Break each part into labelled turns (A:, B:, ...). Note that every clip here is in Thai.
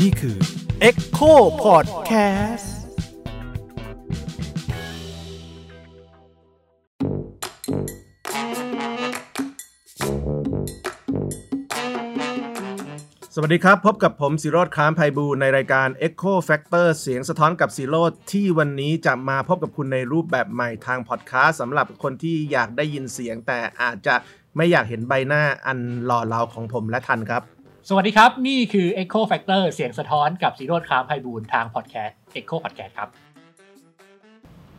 A: นี่คือ Echo Podcast สวัสดีครับ พบกับผมสิโรธค้ามภัยบูลย์ในรายการ Echo Factor เสียงสะท้อนกับสิโรธที่วันนี้จะมาพบกับคุณในรูปแบบใหม่ทางพอดแคสต์สำหรับคนที่อยากได้ยินเสียง แต่อาจจะไม่อยากเห็นใบหน้าอันหล่อเหลาของผมและทันครับ
B: สวัสดีครับ นี่คือ Echo Factor เสียงสะท้อนกับสีโรดครามไพบูลย์ทางพอดแคสต์ Echo Podcast ครับ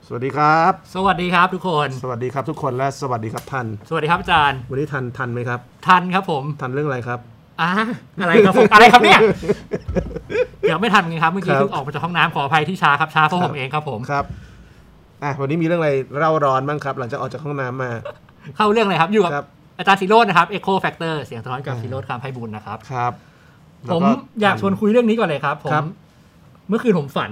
A: สวัสดีครับ
B: สวัสดีครับทุกคน
A: สวัสดีครับทุกคนและสวัสดีครับทัน
B: สวัสดีครับอาจารย์
A: วันนี้ทันทันไหมครับ
B: ทันครับผม
A: ทันเรื่องอะไรครับ
B: อ่าอะไรครับผม อะไรครับเนี่ย เดี๋ยวไม่ทันไงครับเมื่อกี้เพิ่งออกมาจากห้องน้ำขออภัยที่ช้าครับช้าเพราะ
A: ครั
B: ผ
A: บ
B: มเองครับผม
A: ครับอ่ะวันนี้มีเรื่องอะไรเร่าร้อนบ้างครับ หลังจากออกจากห้องน้ำมา
B: เข้าเรื่องเลยครับอยู่กับ
A: ครับ
B: อาจารย์สีโรดนะครับ Echo Factor เสียงสะท้อนกับ
A: อ่า
B: สีโรดครามไพบูลย์นะครับ
A: ครับแล้ว
B: ผม
A: ก็
B: อยากชวนคุยเรื่องนี้ก่อนเลยครับ ผ
A: ครั
B: ม
A: บ
B: เมื่อคืนผมฝัน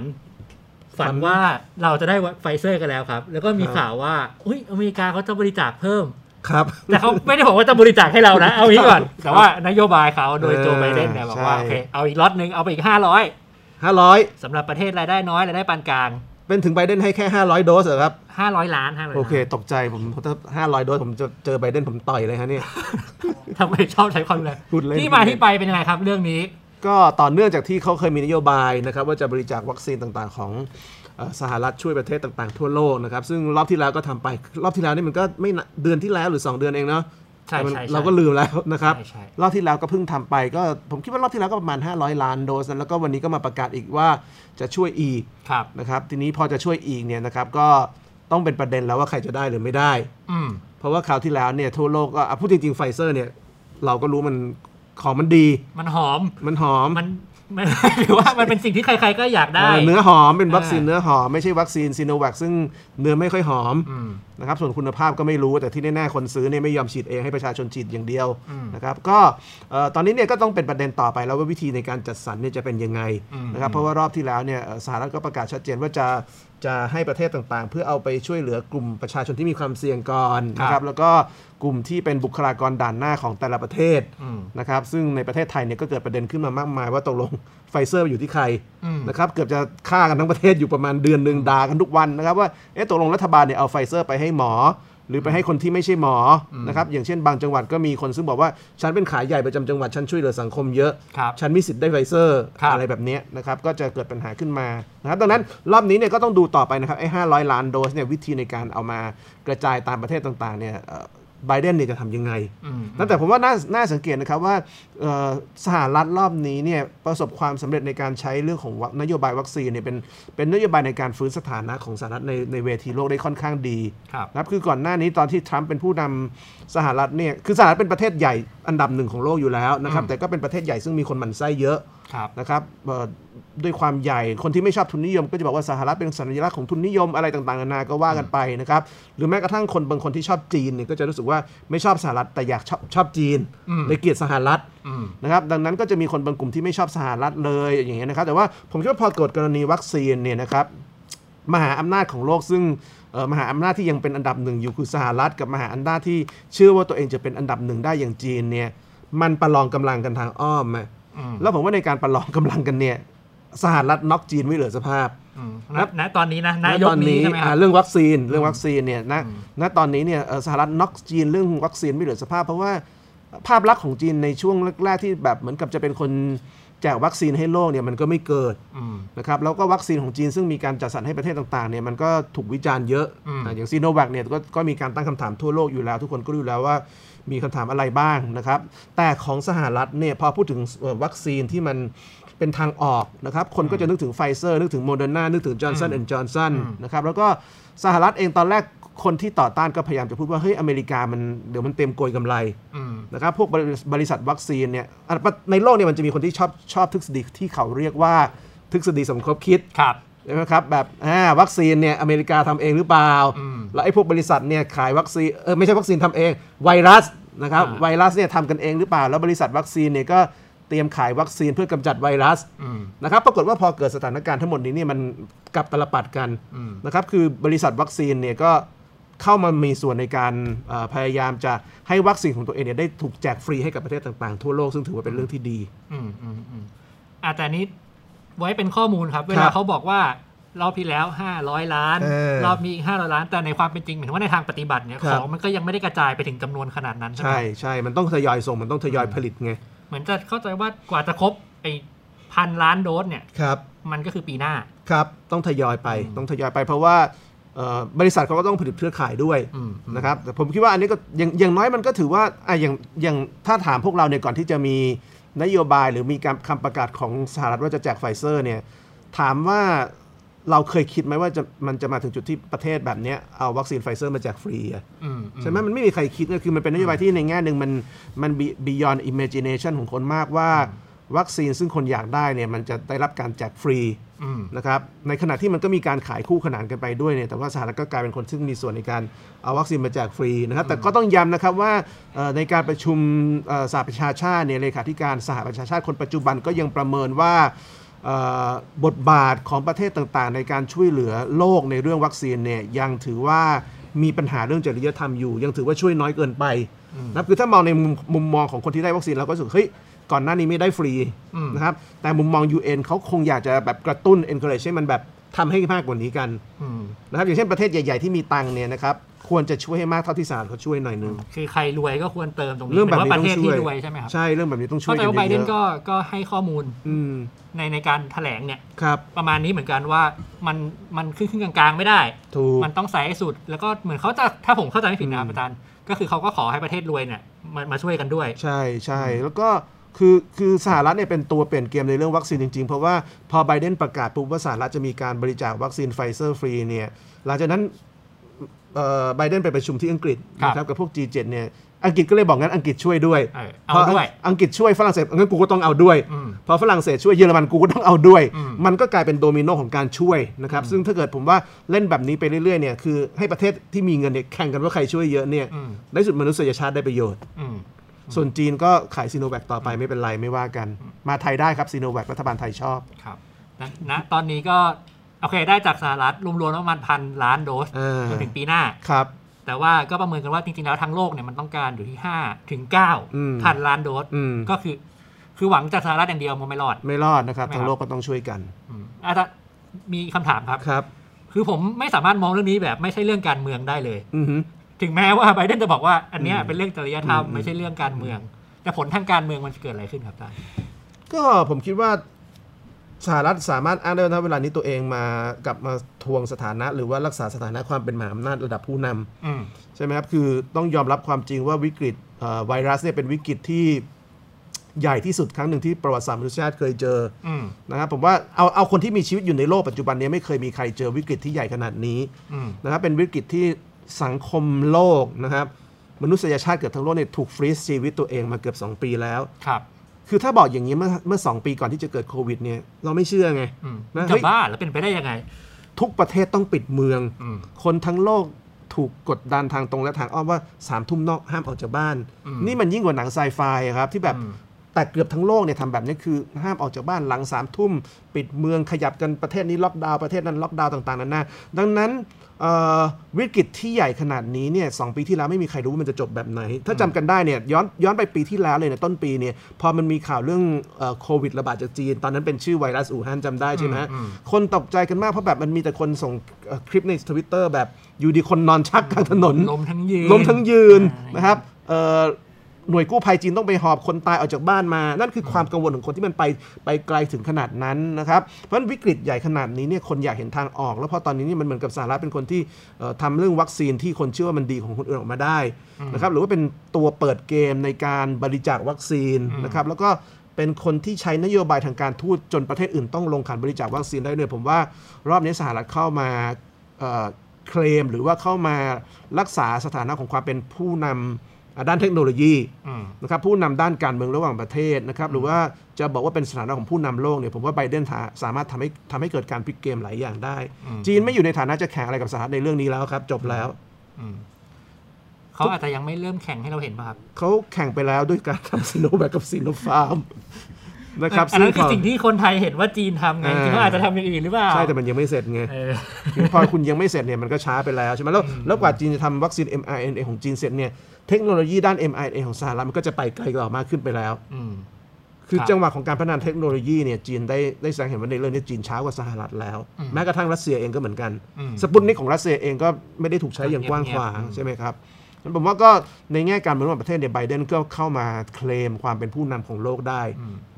B: ฝั
A: ฝั
B: น
A: น
B: ว่าเราจะได้ไฟเซอร์กันแล้วครับ แล้วก็มีข่าวว่าอุ้ยอเมริกาเขาจะบริจาคเพิ่ม
A: ครับ
B: แต่เขาไม่ได้บอกว่าจะบริจาคให้เรานะ เอาอย่างนี้ก่อน แต่ว่านโยบายเขาโดย
A: เออ
B: โจไบเดนเนี่ยบอกว่า
A: ใช่
B: โอเคเอาอีกล็อตหนึ่งเอาไปอีก 500
A: ห้าร้อย
B: สำหรับประเทศรายได้น้อยรายได้ปานกลาง
A: เป็นถึงไบเดนให้แค่ห้าร้อยโดสเหรอครับ
B: 500 ล้าน500ล้าน
A: โอเค ตกใจผมถ้าห้าร้อยโดสผมจะเจอไบเดนผมต่อยเลยฮะเนี่ย
B: ทำไมชอบใช้ความรุนแรง
A: พูดเล่น
B: ที่มาที่ไปเป็นยังไงครับเรื่องนี้
A: ก็ต่อเนื่องจากที่เขาเคยมีนโยบายนะครับว่าจะบริจาควัคซีนต่างๆ ของเอ่อสหรัฐช่วยประเทศต่างๆ ทั่วโลกนะครับ ซึ่งรอบที่แล้วก็ทำไป รอบที่แล้วนี่มันก็ไม่นะเดือนที่แล้วหรือ 2 เดือนเองเนาะ
B: ใช่
A: แต่มัน
B: ใช่ใช่
A: เราก็ลืมแล้วนะครับ
B: ใช่ใช่
A: รอบที่แล้วก็เพิ่งทำไปก็ผมคิดว่ารอบที่แล้วก็ประมาณ 500 ล้านโดสนะแล้วก็วันนี้ก็มาประกาศอีกว่าจะช่วยอีก
B: ครับ
A: นะครับทีนี้พอจะช่วยอีกเนี่ยนะครับก็ต้องเป็นประเด็นแล้วว่าใครจะได้หรือไม่ได้
B: อืม
A: เพราะว่าคราวที่แล้วเนี่ยทั่วโลกก็อ่ะพูดจริงๆไฟเซอร์เนี่ยเราก็รู้มันของมันดี
B: มันหอม
A: มันหอม
B: มัน มัน หรือว่ามันเป็นสิ่งที่ใครๆก็อยากได้
A: เออเนื้อหอมเป็นวัคซีน
B: อ่า
A: เนื้อหอม ไม่ใช่วัคซีนซีโนแวคซึ่งเนื้อไม่ค่อยหอม
B: อืม
A: นะครับส่วนคุณภาพก็ไม่รู้แต่ที่แน่ๆคนซื้อเนี่ยไม่ยอมฉีดเองให้ประชาชนฉีดอย่างเดียว
B: อืม
A: นะครับก็เอ่อตอนนี้เนี่ยก็ต้องเป็นประเด็นต่อไปแล้วว่าวิธีในการจัดสรรเนี่ยจะเป็นยังไง
B: อืม
A: นะครับเพราะว่ารอบที่แล้วเนี่ยเอ่อสหรัฐก็ประกาศชัดเจนว่าจะจะให้ประเทศต่างๆ เพื่อเอาไปช่วยเหลือกลุ่มประชาชนที่มีความเสี่ยงก่อนนะครับแล้วก็กลุ่มที่เป็นบุคลากรด่านหน้าของแต่ละประเทศ
B: อืม
A: นะครับซึ่งในประเทศไทยเนี่ยก็เกิดประเด็นขึ้นมามากมายว่าตกลง ไฟเซอร์อยู่ที่ใคร
B: อืม
A: นะครับเกือบจะฆ่ากันทั้งประเทศอยู่ประมาณเดือนหนึ่งด่ากันทุกวันนะครับว่าเอ๊ะตกลงรัฐบาลเนี่ยเอาไฟเซอร์ไปให้หมอ หรือไปให้คนที่ไม่ใช่หมอนะครับอย่างเช่นบางจังหวัดก็มีคนซึ่งบอกว่า ฉันเป็นขายใหญ่ประจำจังหวัด ฉันช่วยเหลือสังคมเยอะ
B: ครับ
A: ฉันมีสิทธิ์ได้ไฟเซอร์
B: ครับ
A: อะไรแบบเนี้ยนะครับก็จะเกิดปัญหาขึ้นมานะครับดังนั้นรอบนี้เนี่ยก็ต้องดูต่อไปนะครับไอ้ห้าร้อยล้านโดสเนี่ยวิธีในการเอามากระจายตามประเทศต่างๆเนี่ยไบเดนเนี่ยจะทำยังไง
B: อืม
A: นั่นแต่ผมว่าน่าน่าสังเกตนะครับว่าเอ่อสหรัฐรอบนี้เนี่ยประสบความสำเร็จในการใช้เรื่องของวัคนโยบายวัคซีนเนี่ยเป็นเป็นนโยบายในการฟื้นสถานะของสหรัฐในในเวทีโลกได้ค่อนข้างดี
B: ครับ
A: นะครับคือก่อนหน้านี้ตอนที่ทรัมป์เป็นผู้นำสหรัฐเนี่ยคือสหรัฐเป็นประเทศใหญ่อันดับหนึ่งของโลกอยู่แล้วนะครับแต่ก็เป็นประเทศใหญ่ซึ่งมีคนหมั่นไส้เยอะ
B: ครับ
A: นะครับเอ่อด้วยความใหญ่คนที่ไม่ชอบทุนนิยม ก็จะบอกว่าสหรัฐเป็นสัญลักษณ์ของทุนนิยมอะไรต่างๆนานาก็ว่ากันไปนะครับหรือแม้กระทั่งคนบางคนที่ชอบจีนเนี่ยก็จะรู้สึกว่าไม่ชอบสหรัฐแต่อยากชอบชอบจีน
B: อืม
A: เลยเกลียดสหรัฐ
B: อืม
A: นะครับดังนั้นก็จะมีคนบางกลุ่มที่ไม่ชอบสหรัฐเลยอย่างเงี้ยนะครับแต่ว่าผมคิดว่าพอเกิดกรณีวัคซีนเนี่ยนะครับมหาอำนาจของโลกซึ่งเอ่อมหาอำนาจที่ยังเป็นอันดับหนึ่งอยู่คือสหรัฐกับมหาอำนาจที่เชื่อว่าตัวเองจะเป็นอันดับหนึ่งได้อย่างจีนเนี่ยมันประลองกำลังกันทางอ้อมอะ
B: อืม
A: แล้วผมว่าในการประลองกำลังกันเนี่ยสหรัฐน็อกจีนไม่เหลือสภาพ
B: อืม
A: ครั
B: ณ
A: บ
B: ณตอนนี้นะนาย
A: ณ
B: ก
A: ตอน
B: นี้
A: นี้
B: ใช่ไหมค
A: อ่า
B: รับ
A: เรื่องวัคซีนเรื่องวัคซีนเนี่ยนะณตอนนี้เนี่ยเอ่อสหรัฐน็อกจีนเรื่องวัคซีนไม่เหลือสภาพ เพราะว่าภาพลักษณ์ของจีนในช่วงแรกๆที่แบบเหมือนกับจะเป็นคนแจกวัคซีนให้โลกเนี่ยมันก็ไม่เกิด
B: อืม
A: นะครับแล้วก็วัคซีนของจีนซึ่งมีการจัดสรรให้ประเทศต่างๆเนี่ยมันก็ถูกวิจารณ์เยอะ
B: อืม
A: อ่ะอย่างซีโนแวคเนี่ยก็ก็มีการตั้งคำถามทั่วโลกอยู่แล้ว ทุกคนก็รู้อยู่แล้วว่ามีคำถามอะไรบ้างนะครับ แต่ของสหรัฐเนี่ยพอพูดถึงเอ่อวัคซีนที่มันเป็นทางออกนะครับคนก็จะนึกถึงไฟเซอร์นึกถึงโมเดอร์นานึกถึงจอร์นสันแอนด์จอร์นสัน
B: อืม
A: นะครับแล้วก็สหรัฐเองตอนแรกคนที่ต่อต้านก็พยายามจะพูดว่าเฮ้ยอเมริกามันเดี๋ยวมันเต็มโกยกำไร
B: อืม
A: นะครับพวกบริบริษัทวัคซีนเนี่ยอ่ะในโลกเนี่ยมันจะมีคนที่ชอบชอบทฤษฎีที่เขาเรียกว่าทฤษฎีสมคบคิด
B: ครับ
A: ใช่ไหมครับแบบอ่าวัคซีนเนี่ยอเมริกาทำเองหรือเปล่า
B: อืม
A: แล้วไอ้พวกบริษัทเนี่ยขายวัคซีนเออไม่ใช่วัคซีนทำเองไวรัสนะครับ
B: อ่า
A: ไวรัสเนี่ยทำกันเองหรือเปล่า แล้วบริษัทวัคซีนเนี่ยก็เตรียมขายวัคซีนเพื่อกำจัดไวรัส
B: อืม
A: นะครับปรากฏว่าพอเกิดสถานการณ์ทั้งหมดนี้เนี่ยมันกลับตลปัดกัน
B: อืม
A: นะครับคือบริษัทวัคซีนเนี่ยก็ เข้ามามีส่วนในการเอ่อพยายามจะให้วัคซีนของตัวเองเนี่ยได้ถูกแจกฟรีให้กับประเทศต่างๆ ทั่วโลกซึ่งถือว่าเป็นเรื่องที่ดี
B: อืมอืมอืมอ่ะแต่นี้ไว้เป็นข้อมูลครับ เว
A: ครั
B: ลา
A: บ
B: เขาบอกว่ารอบที่แล้ว 500 ล้าน
A: เออ
B: รอบนี้อีก500 ล้าน แต่ในความเป็นจริงเหมือนว่าในทางปฏิบัติเนี่ย
A: ค
B: ข
A: รับ
B: องมันก็ยังไม่ได้กระจายไปถึงจำนวนขนาดนั้นใช่ไหม
A: ใช่ใช่มันต้องทยอยส่งมันต้องทยอยผลิตไง
B: เหมือนจะเข้าใจว่ากว่าจะครบไอ้พันล้านโดสเนี่ย
A: ครับ
B: มันก็คือปีหน้า
A: ครับ ต้องทยอยไปต้องทยอยไปเพราะว่าเอ่อบริษัทเขาก็ต้องผลิตเครือข่ายด้วย
B: อืม
A: นะครับแต่ผมคิดว่าอันนี้ก็อย่างอย่างน้อยมันก็ถือว่าอ่ะอย่างอย่างถ้าถามพวกเราเนี่ยก่อนที่จะมีนโยบายหรือมีการคำประกาศของสหรัฐว่าจะแจกไฟเซอร์เนี่ยถามว่าเราเคยคิดไหมว่าจะมันจะมาถึงจุดที่ประเทศแบบเนี้ยเอาวัคซีนไฟเซอร์มาแจกฟรีอะ
B: อืม
A: ใช่ไหมมันไม่มีใครคิดนะคือมันเป็นนโยบายที่ในแง่หนึ่งมันมัน be- beyond imagination ของคนมากว่า วัคซีนซึ่งคนอยากได้เนี่ยมันจะได้รับการแจกฟรี
B: อืม
A: นะครับในขณะที่มันก็มีการขายคู่ขนานกันไปด้วยเนี่ยแต่ว่าสหรัฐก็กลายเป็นคนซึ่งมีส่วนในการเอาวัคซีนมาแจกฟรีนะครับแต่ก็ต้องย้ำนะครับว่าเอ่อในการประชุมเอ่อสหประชาชาติเนี่ยเลขาธิการสหประชาชาติคนปัจจุบันก็ยังประเมินว่าเอ่อบทบาทของประเทศต่างๆ ในการช่วยเหลือโลกในเรื่องวัคซีนเนี่ยยังถือว่า มีปัญหาเรื่องจริยธรรมอยู่ ยังถือว่าช่วยน้อยเกินไปนะครับคือถ้ามองในมุมมุมมองของคนที่ได้วัคซีนเราก็รู้สึกเฮ้ยก่อนหน้านี้ไม่ได้ฟรีนะครับแต่มุมมอง UN เขาคงอยากจะแบบกระตุ้น encourage ให้มันแบบทำให้มากกว่านี้กัน
B: อืม
A: นะครับอย่างเช่นประเทศใหญ่ ๆ ที่มีตังค์เนี่ยนะครับควรจะช่วยให้มากเท่าที่สหรัฐเขาช่วยหน่อยนึง
B: คือใครรวยก็ควรเติมตรงนี้
A: เรื่องแบบ
B: ห
A: นี้
B: มาประ
A: ต้อ
B: เท
A: ง
B: ศ
A: ช่
B: ที่
A: วย
B: รวยใช่ไหมครับ
A: ใช่เรื่องแบบนี้ต้องช่วย
B: เข้า
A: กัน
B: ใจ
A: เย
B: ว่าไบเดน
A: อะ
B: ก็ก็ให้ข้อมูล
A: ๆอืม
B: ในในการแถลงเนี่ย
A: ครับ
B: ประมาณนี้เหมือนกันว่ามันมันขึ้นขึ้นกลางๆ ไม่ได้
A: ถูก
B: มันต้องใส่ให้สุด แล้วก็เหมือนเขาจะถ้าผมเข้าใจไม่ผิด
A: อื
B: นะ
A: ม
B: อาจารย์ ก็คือเขาก็ขอให้ประเทศรวยเนี่ยมามาช่วยกันด้วย
A: ใช่ใช่แล้วก็คือคือสหรัฐเนี่ยเป็นตัวเปลี่ยนเกมในเรื่องวัคซีนจริงๆ เพราะว่าพอไบเดนประกาศปุ๊บว่าสหรัฐจะมีการบริจาควัคซีนไฟเซอร์ฟรีเนี่ยหลังจากนั้นเอ่อไบเดนไปประชุมที่อังกฤษ
B: ครับ
A: นะครับกับพวก G7 เนี่ยอังกฤษก็เลยบอกงั้นอังกฤษช่วยด้วย
B: เออเอาด้วย
A: พออังกฤษช่วยฝรั่งเศสงั้นกูก็ต้องเอาด้วย
B: อืม
A: พอฝรั่งเศสช่วยเยอรมันกูก็ต้องเอาด้วย
B: อืม
A: มันก็กลายเป็นโดมิโนของการช่วยนะครับซึ่งถ้าเกิดผมว่าเล่นแบบนี้ไปเรื่อยๆเนี่ยคือให้ประเทศที่มีเงินเนี่ยแข่งกันว่าใครช่วยเยอะเนี่ย
B: อืม
A: ในที่สุดมนุษยชาติได้ประโยชน์
B: อืม
A: ส่วนจีนก็ขายซีโนแวคต่อไปไม่เป็นไรไม่ว่ากัน มาไทยได้ครับซีโนแวครัฐบาลไทยชอบ
B: ครับณณตอนนี้ก็โอเคได้จากสหรัฐรวมๆแล้วประมาณพันล้านโดส
A: เออ
B: จนถึงปีหน้า
A: ครับ
B: แต่ว่าก็ประเมินกันว่าจริงๆแล้วทั้งโลกเนี่ยมันต้องการอยู่ที่5ถึง
A: อืม
B: 9พันล้านโดส
A: อืม
B: ก็คือ คือหวังจากสหรัฐอย่างเดียวมันไม่รอด
A: ไม่รอดนะครับ
B: ไม่รอด
A: ทั้งโลกก็ต้องช่วยกัน
B: อืมอาจารย์มีคำถามครับ
A: ครับ
B: คือผมไม่สามารถมองเรื่องนี้แบบไม่ใช่เรื่องการเมืองได้เลย
A: อือหือ
B: ถึงแม้ว่าไบเดนจะบอกว่าอันเนี้ย
A: อืม
B: เป็นเรื่องจริยธรรม
A: อืม
B: ไม่ใช่เรื่องการเมือง แต่ผลทางการเมืองมันจะเกิดอะไรขึ้นครับอาจารย์
A: ก็ผมคิดว่าสหรัฐสามารถอ้างได้ว่าณเวลานี้ตัวเองมากลับมาทวงสถานะ หรือว่ารักษาสถานะความเป็นมหาอำนาจระดับผู้นำ
B: อืม
A: ใช่ไหมครับ คือต้องยอมรับความจริงว่าวิกฤตเอ่อไวรัสเนี่ยเป็นวิกฤตที่ใหญ่ที่สุดครั้งหนึ่งที่ประวัติศาสตร์มนุษยชาติเคยเจออ
B: อืม
A: นะครับผมว่าเอาเอาคนที่มีชีวิตอยู่ในโลกปัจจุบันเนี้ไม่เคยมีใครเจอวิกฤตที่ใหญ่ขนาดนี้
B: อืม
A: นะครับเป็นวิกฤตที่สังคมโลกนะครับมนุษยชาติเกือบทั้งโลกเนี่ยถูกฟรีซชีวิตตัวเองมาเกือบ 2 ปีแล้ว
B: ครับ
A: คือถ้าบอกอย่างนี้เมื่อเมื่อสองปีก่อนที่จะเกิดโควิดเนี่ยเราไม่เชื่อไง
B: อืม
A: นะ
B: จะ
A: เฮ้ย
B: บ้าแล้วเป็นไปได้ยังไง
A: ทุกประเทศต้องปิดเมือง
B: อืม
A: คนทั้งโลกถูกกดดันทางตรงและทางอ้อมว่าสามทุ่มนอกห้ามออกจากบ้าน นี่มันยิ่งกว่าหนังไซไฟอะครับ ที่แบบ
B: อืม
A: แต่เกือบทั้งโลกเนี่ยทำแบบนี้คือห้ามออกจากบ้านหลังสามทุ่ม ปิดเมืองขยับกันประเทศนี้ล็อกดาวน์ประเทศนั้นล็อกดาวน์ต่างๆนานาดังนั้นเอ่อวิกฤตที่ใหญ่ขนาดนี้เนี่ยสองปีที่แล้วไม่มีใครรู้ว่ามันจะจบแบบไหน ถ้าจำกันได้เนี่ยย้อนย้อนไปปีที่แล้วเลยเนยต้นปีเนี่ยพอมันมีข่าวเรื่องเอ่อโควิดระบาดจากจีน ตอนนั้นเป็นชื่อไวรัสอู่ฮั่นจำได้ใช่ไหมฮะ
B: อืม
A: คนตกใจกันมากเพราะแบบมันมีแต่คนส่งเอ่อคลิปในทวิตเตอร์แบบอยู่ดีคนนอนชักกลางถนน
B: ลมทั้งยืน
A: ล้มทั้งยืน
B: อ่าน
A: นะครับเอ่อหน่วยกู้ภัยจีนต้องไปหอบคนตายออกจากบ้านมา นั่นคือความกังวลของคนที่มันไปไปไกลถึงขนาดนั้นนะครับเพราะฉะนั้นวิกฤตใหญ่ขนาดนี้เนี่ยคนอยากเห็นทางออก แล้วพอตอนนี้เนี่ยมันเหมือนกับสหรัฐเป็นคนที่เอ่อทำเรื่องวัคซีนที่คนเชื่อว่ามันดีของคนอื่นออกมาได้นะครับหรือว่าเป็นตัวเปิดเกมในการบริจาควัคซีนนะครับแล้วก็ เป็นคนที่ใช้นโยบายทางการทูตจนประเทศอื่นต้องลงขันบริจาควัคซีนได้เลยผมว่ารอบนี้สหรัฐเข้ามาเอ่อเคลม หรือว่าเข้ามารักษาสถานะของความเป็นผู้นำอ่ะด้านเทคโนโลยี
B: อืม
A: นะครับผู้นำด้านการเมืองระหว่างประเทศนะครับหรือว่าจะบอกว่าเป็นสถานะของผู้นำโลกเนี่ยผมว่าไบเดนทาสามารถทำให้ทำให้เกิดการพลิกเกมหลายอย่างได้
B: อืม
A: จีนไม่อยู่ในฐานะจะแข่งอะไรกับสหรัฐในเรื่องนี้แล้วครับจบแล้ว
B: อืมเขาอาจจะยังไม่เริ่มแข่งให้เราเห็นป่ะครับ
A: เขาแข่งไปแล้วด้วยการทำซีโนแวคกับซีโนฟาร์ม นะครับ
B: อันนั้นคือ
A: พ
B: สิ่งที่คนไทยเห็นว่าจีนทำไงจริงๆเขาอาจจะทำอย่างอื่นหรือเปล่า
A: ใช่แต่มันยังไม่เสร็จไง
B: เออ
A: คือพอคุณยังไม่เสร็จเนี่ยมันก็ช้าไปแล้วใช่ไหมแล้วแล้วกว่าจีนจะทำวัคซีน mRNA ของจีนเสร็จเนี่ยเทคโนโลยีด้าน mRNA ของสหรัฐมันก็จะไปไกลกว่ามากขึ้นไปแล้ว
B: อืม
A: คือ
B: ครับ
A: จังหวะของการพัฒนาเทคโนโลยีเนี่ยจีนได้ได้แสดงเห็นว่าในเรื่องนี้จีนช้ากว่าสหรัฐแล้ว
B: อืม
A: แม้กระทั่งรัสเซียเองก็เหมือนกัน
B: อืม
A: สปุตนิกของรัสเซียเองก็ไม่ได้ถูกใช้อย่างกว้างขวาง
B: เงียบๆ
A: ใช่ไหมครับงั้นผมว่าก็ในแง่การบริหารประเทศเนี่ยไบเดนก็เข้ามาเคลมความเป็นผู้นำของโลกได้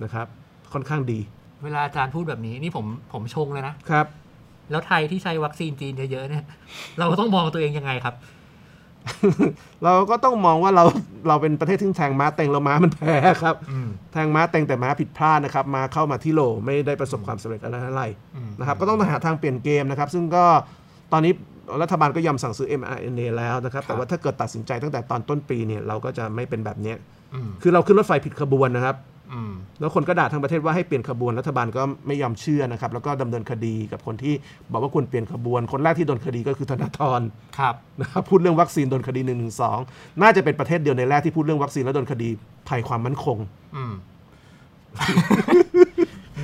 A: นะครับค่อนข้างดี
B: เวลาอาจารย์พูดแบบนี้นี่ผมผมชงเลยนะ
A: ครับ
B: แล้วไทยที่ใช้วัคซีนจีนเยอะๆเนี่ย เราต้องมองตัวเองยังไงครับ
A: เราก็ต้องมองว่าเราเราเป็นประเทศที่แทงม้าเต็งเราม้ามันแพ้ครับ
B: อืม
A: ทางม้าเต็งแต่ม้าผิดพลาดนะครับม้าเข้ามาที่โหลไม่ได้ประสบความสำเร็จอะไรเท่าไหร่
B: อืม
A: นะครับก็ต้องหาทางเปลี่ยนเกมนะครับ ซึ่งก็ตอนนี้รัฐบาลก็ยอมสั่งซื้อ mRNA แล้วนะครับ แต่ว่าถ้าเกิดตัดสินใจตั้งแต่ตอนต้นปีเนี่ยเราก็จะไม่เป็นแบบเนี้ย
B: อืม
A: คือเราขึ้นรถไฟผิดขบวนนะครับ
B: อืม
A: แล้วคนก็ด่าทั้งประเทศว่าให้เปลี่ยนขบวนรัฐบาลก็ไม่ยอมเชื่อนะครับ แล้วก็ดำเนินคดีกับคนที่บอกว่าควรเปลี่ยนขบวน คนแรกที่โดนคดีก็คือธนาธร
B: ครับ
A: นะครับ พูดเรื่องวัคซีนโดนคดี1นึน่าจะเป็นประเทศเดียวในแรกที่พูดเรื่องวัคซีนแล้วโดนคดีภัยความมั่นคง
B: อืม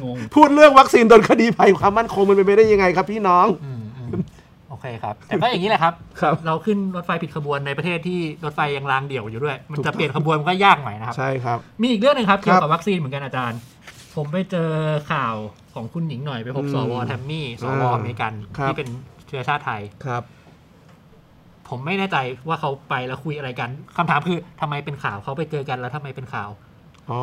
B: งง
A: พูดเรื่องวัคซีนโดนคดีภัยความมั่นคงมันเป็นไปได้ยังไงครับพี่น้อง
B: อืมอืมโอเคครับ แต่ก็อย่างนี้แหละครับ
A: ครับ
B: เราขึ้นรถไฟผิดขบวนในประเทศที่รถไฟยังรางเดี่ยวอยู่ด้วย มัน
A: ถูกต้
B: จะ
A: อง
B: เปลี่ยนขบวนมันก็ยากหน่อยนะครับ
A: ใช่ครับ
B: มีอีกเรื่องหนึงครับ
A: ครับ
B: เกี่ยวกับวัคซีนเหมือนกันอาจารย์ ผมไปเจอข่าวของคุณหญิงหน่อยไปพบ
A: อืม
B: สวแทมมี่สว
A: อ่า
B: อเมริกัน
A: ครับ
B: ที่เป็นเชื้อชาติไทย
A: ครับ
B: ผมไม่แน่ใจว่าเขาไปแล้วคุยอะไรกันคำถามคือทำไมเป็นข่าวเขาไปเจอกันแล้วทำไมเป็นข่าว
A: อ๋อ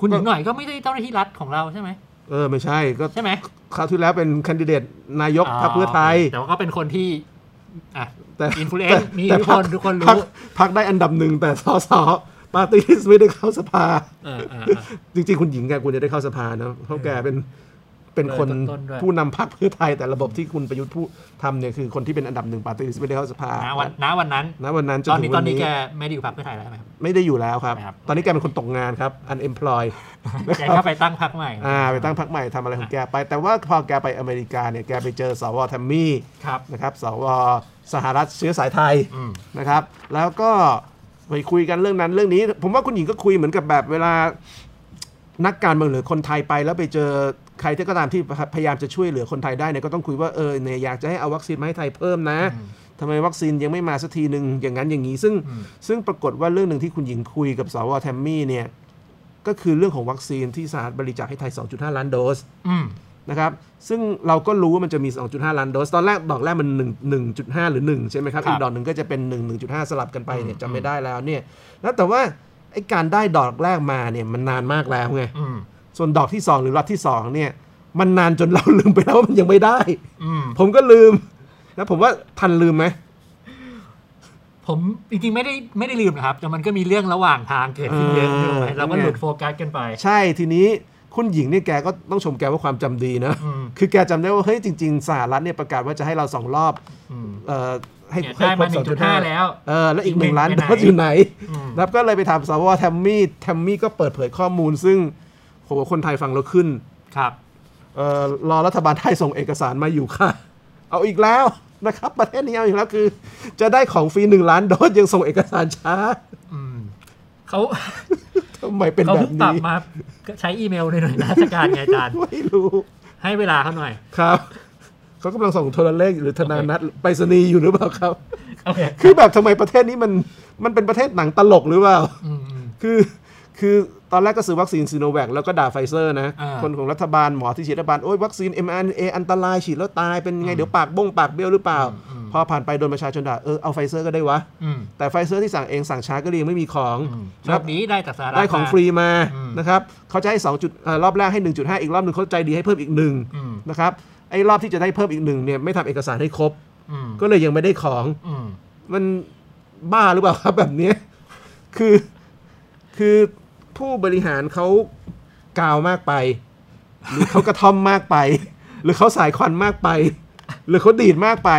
B: คุณหญิงหน่อยก็ไม่ใช่เจ้าหน้าที่รัฐของเราใช่ไหม
A: เออไม่ใช่ก็
B: ใช่ไหม
A: คราวที่แล้วเป็นแคนดิเดตนายกพรรคเพื่อไทย
B: แต่ว่าก็เป็นคนที่อ่ะ
A: แต่
B: influence มี
A: แต่
B: อิทธิพลทุกคนรู้
A: พรรพรรคได้อันดับหนึ่งแต่สส ปาร์ตี้ลิสต์ไม่ได้เข้าสภา
B: เออเออเออ
A: จริงๆ คุณหญิงแกควรจะได้เข้าสภานะเพราะแกเป็นเป็นคน
B: เบอร์ต้นๆด้วย
A: ผู้นำพรรคเพื่อไทยแต่ระบบที่คุณประยุทธ์ผู้ทำเนี่ยคือคนที่เป็นอันดับหนึ่งปาร์ตี้ลิสต์ไม่ได้เข้าสภา
B: ณวันณวันนั้น
A: ณวันนั้นจน
B: ตอน
A: ถึ
B: นี้
A: ง
B: ต
A: วั
B: อน
A: น
B: นี้
A: นี้
B: แกไม่ได้อยู่พรรคเพื่อไทยแล้วใช่ไหมครับ
A: ไม่ได้อยู่แล้วครับ
B: นะครับ
A: ตอนนี้แกเป็นคนตกงานครับ unemployed
B: แกก็ไปตั้งพรรคใหม่
A: อ่าไปตั้งพรรคใหม่ทำอะไรของแกไป แต่ว่าพอแกไปอเมริกาเนี่ยแกไปเจอสวแทมมี่
B: ครับ
A: นะครับสวสหรัฐเชื้อสายไทย
B: อืม
A: นะครับแล้วก็ไปคุยกันเรื่องนั้นเรื่องนี้ ผมว่าคุณหญิงก็คุยเหมือนกับแบบเวลานักการเมืองหรือคนไทยไป แล้วไปเจอใครที่ก็ตามที่พยายามจะช่วยเหลือคนไทยได้เนี่ยก็ต้องคุยว่าเออเนี่ยอยากจะให้เอาวัคซีนมาให้ไทยเพิ่มนะทำไมวัคซีนยังไม่มาสักทีหนึ่งอย่างนั้นอย่างนี้ ซึ่ง
B: อืม
A: ซึ่งปรากฏว่าเรื่องหนึ่งที่คุณหญิงคุยกับสวแทมมี่เนี่ยก็คือเรื่องของวัคซีนที่สหรัฐบริจาคให้ไทย 2.5 ล้านโดส
B: อืม
A: นะครับซึ่งเราก็รู้ว่ามันจะมี 2.5 ล้านโดส ตอนแรกดอกแรกมัน 1 1.5 หรือ 1 ใช่ไหมครับ
B: ครับ
A: อีกดอกหนึ่งก็จะเป็น 1 1.5 สลับกันไปเนี่ย
B: อืม
A: จำไม่ได้แล้วเนี่ยแล้วแต่ว่าไอ้การได้ดอกแรกมาเนี่ยมันนานมากแล้วไง
B: อืม
A: ส่วนดอกที่ 2 หรือล็อตที่ 2 เนี่ย มันนานจนเรา ลืมไปแล้วว่ามันยังไม่ได้
B: อืม
A: ผมก็ลืม แล้วผมว่าทันลืมไหม
B: ผมจริงๆไม่ได้ไม่ได้ลืมนะครับ แต่มันก็มีเรื่องระหว่างทางเกิดขึ้นเยอะ
A: เออ
B: เรื่องอะไรเราก็หลุดโฟกัสกันไป
A: ใช่ทีนี้คุณหญิงเนี่ยแกก็ต้องชมแกว่าความจำดีนะ
B: อืม
A: คือแกจำได้ว่าเฮ้ยจริง ๆสหรัฐเนี่ยประกาศว่าจะให้เราสองรอบ
B: อืม
A: เอ่อให้
B: เนี่ย
A: ให้
B: ได้
A: คร
B: มา
A: บ
B: หนึ่งจุดห้า
A: 2.5
B: แล้ว
A: เออแล้วอีก
B: อีก
A: หนึ่งล้าน
B: หนึ่
A: โด
B: ง
A: สอยู่ไหน
B: อืม
A: ครับก็เลยไปถามสวแทมมี่แทมมี่ก็เปิดเผยข้อมูล ซึ่งโหคนไทยฟังเราขึ้น
B: ครับ
A: เออรอรัฐบาลไทยส่งเอกสารมาอยู่ค่ะ เอาอีกแล้วนะครับ ประเทศนี้เอาอีกแล้วคือ จะได้ของฟรีหนึ่งล้านโดสยังส่งเอกสารช้า
B: อืมเขา
A: ทำไมเป็น
B: เขา
A: แบ
B: เพิ่
A: บ
B: งปรับ
A: นี้
B: มาใช้อีเมลในหน่วยงานราชการไงอาจารย์
A: ไม่รู้
B: ให้เวลาเขาหน่อย
A: ครับเขากำลังส่งโทรเลขหรือธนา นัตไปรษณีย์อยู่หรือเปล่าครับ
B: โอเค
A: คือแบบทำไมประเทศนี้มันมันเป็นประเทศหนังตลกหรือเปล่า
B: อืมอืม
A: คือคือตอนแรกก็ซื้อวัคซีนซีโนแวคแล้วก็ด่าไฟเซอร์นะ
B: อ่า
A: คนของรัฐบาลหมอที่ฉีดรัฐบาล โอ้ยวัคซีน mRNA อันตรายฉีดแล้วตายเป็นไง เดี๋ยวปากบ้งปากเบี้ยวหรือเปล่า พอผ่านไปโดนประชาชนด่า เออ เอาไฟเซอร์ก็ได้วะ
B: อืม
A: แต่ไฟเซอร์ที่สั่งเองสั่งช้าก็เลยยังไม่มีของ
B: อืมโช
A: นะครั
B: ค
A: บ
B: ดีได้จากสหรัฐ
A: ได้ของ
B: มา
A: ฟรีมา
B: อืม
A: นะครับเขาจะให้2จุดเอ่อรอบแรกให้ 1.5 อีกรอบหนึ่งเขาใจดีให้เพิ่มอีกหนึ่ง
B: อืม
A: นะครับไอ้รอบที่จะได้เพิ่มอีกหนึ่งเนี่ยไม่ทำเอกสารให้ครบ
B: อืม
A: ก็เลยยังไม่ได้ของ
B: อืม
A: มันบ้าหรือเปล่าครับแบบเนี้ยคือคือผู้บริหารเขากาวมากไป หรือเขากระท่อมมากไป หรือเขาสายควันมากไป หรือเขาดีดมากไป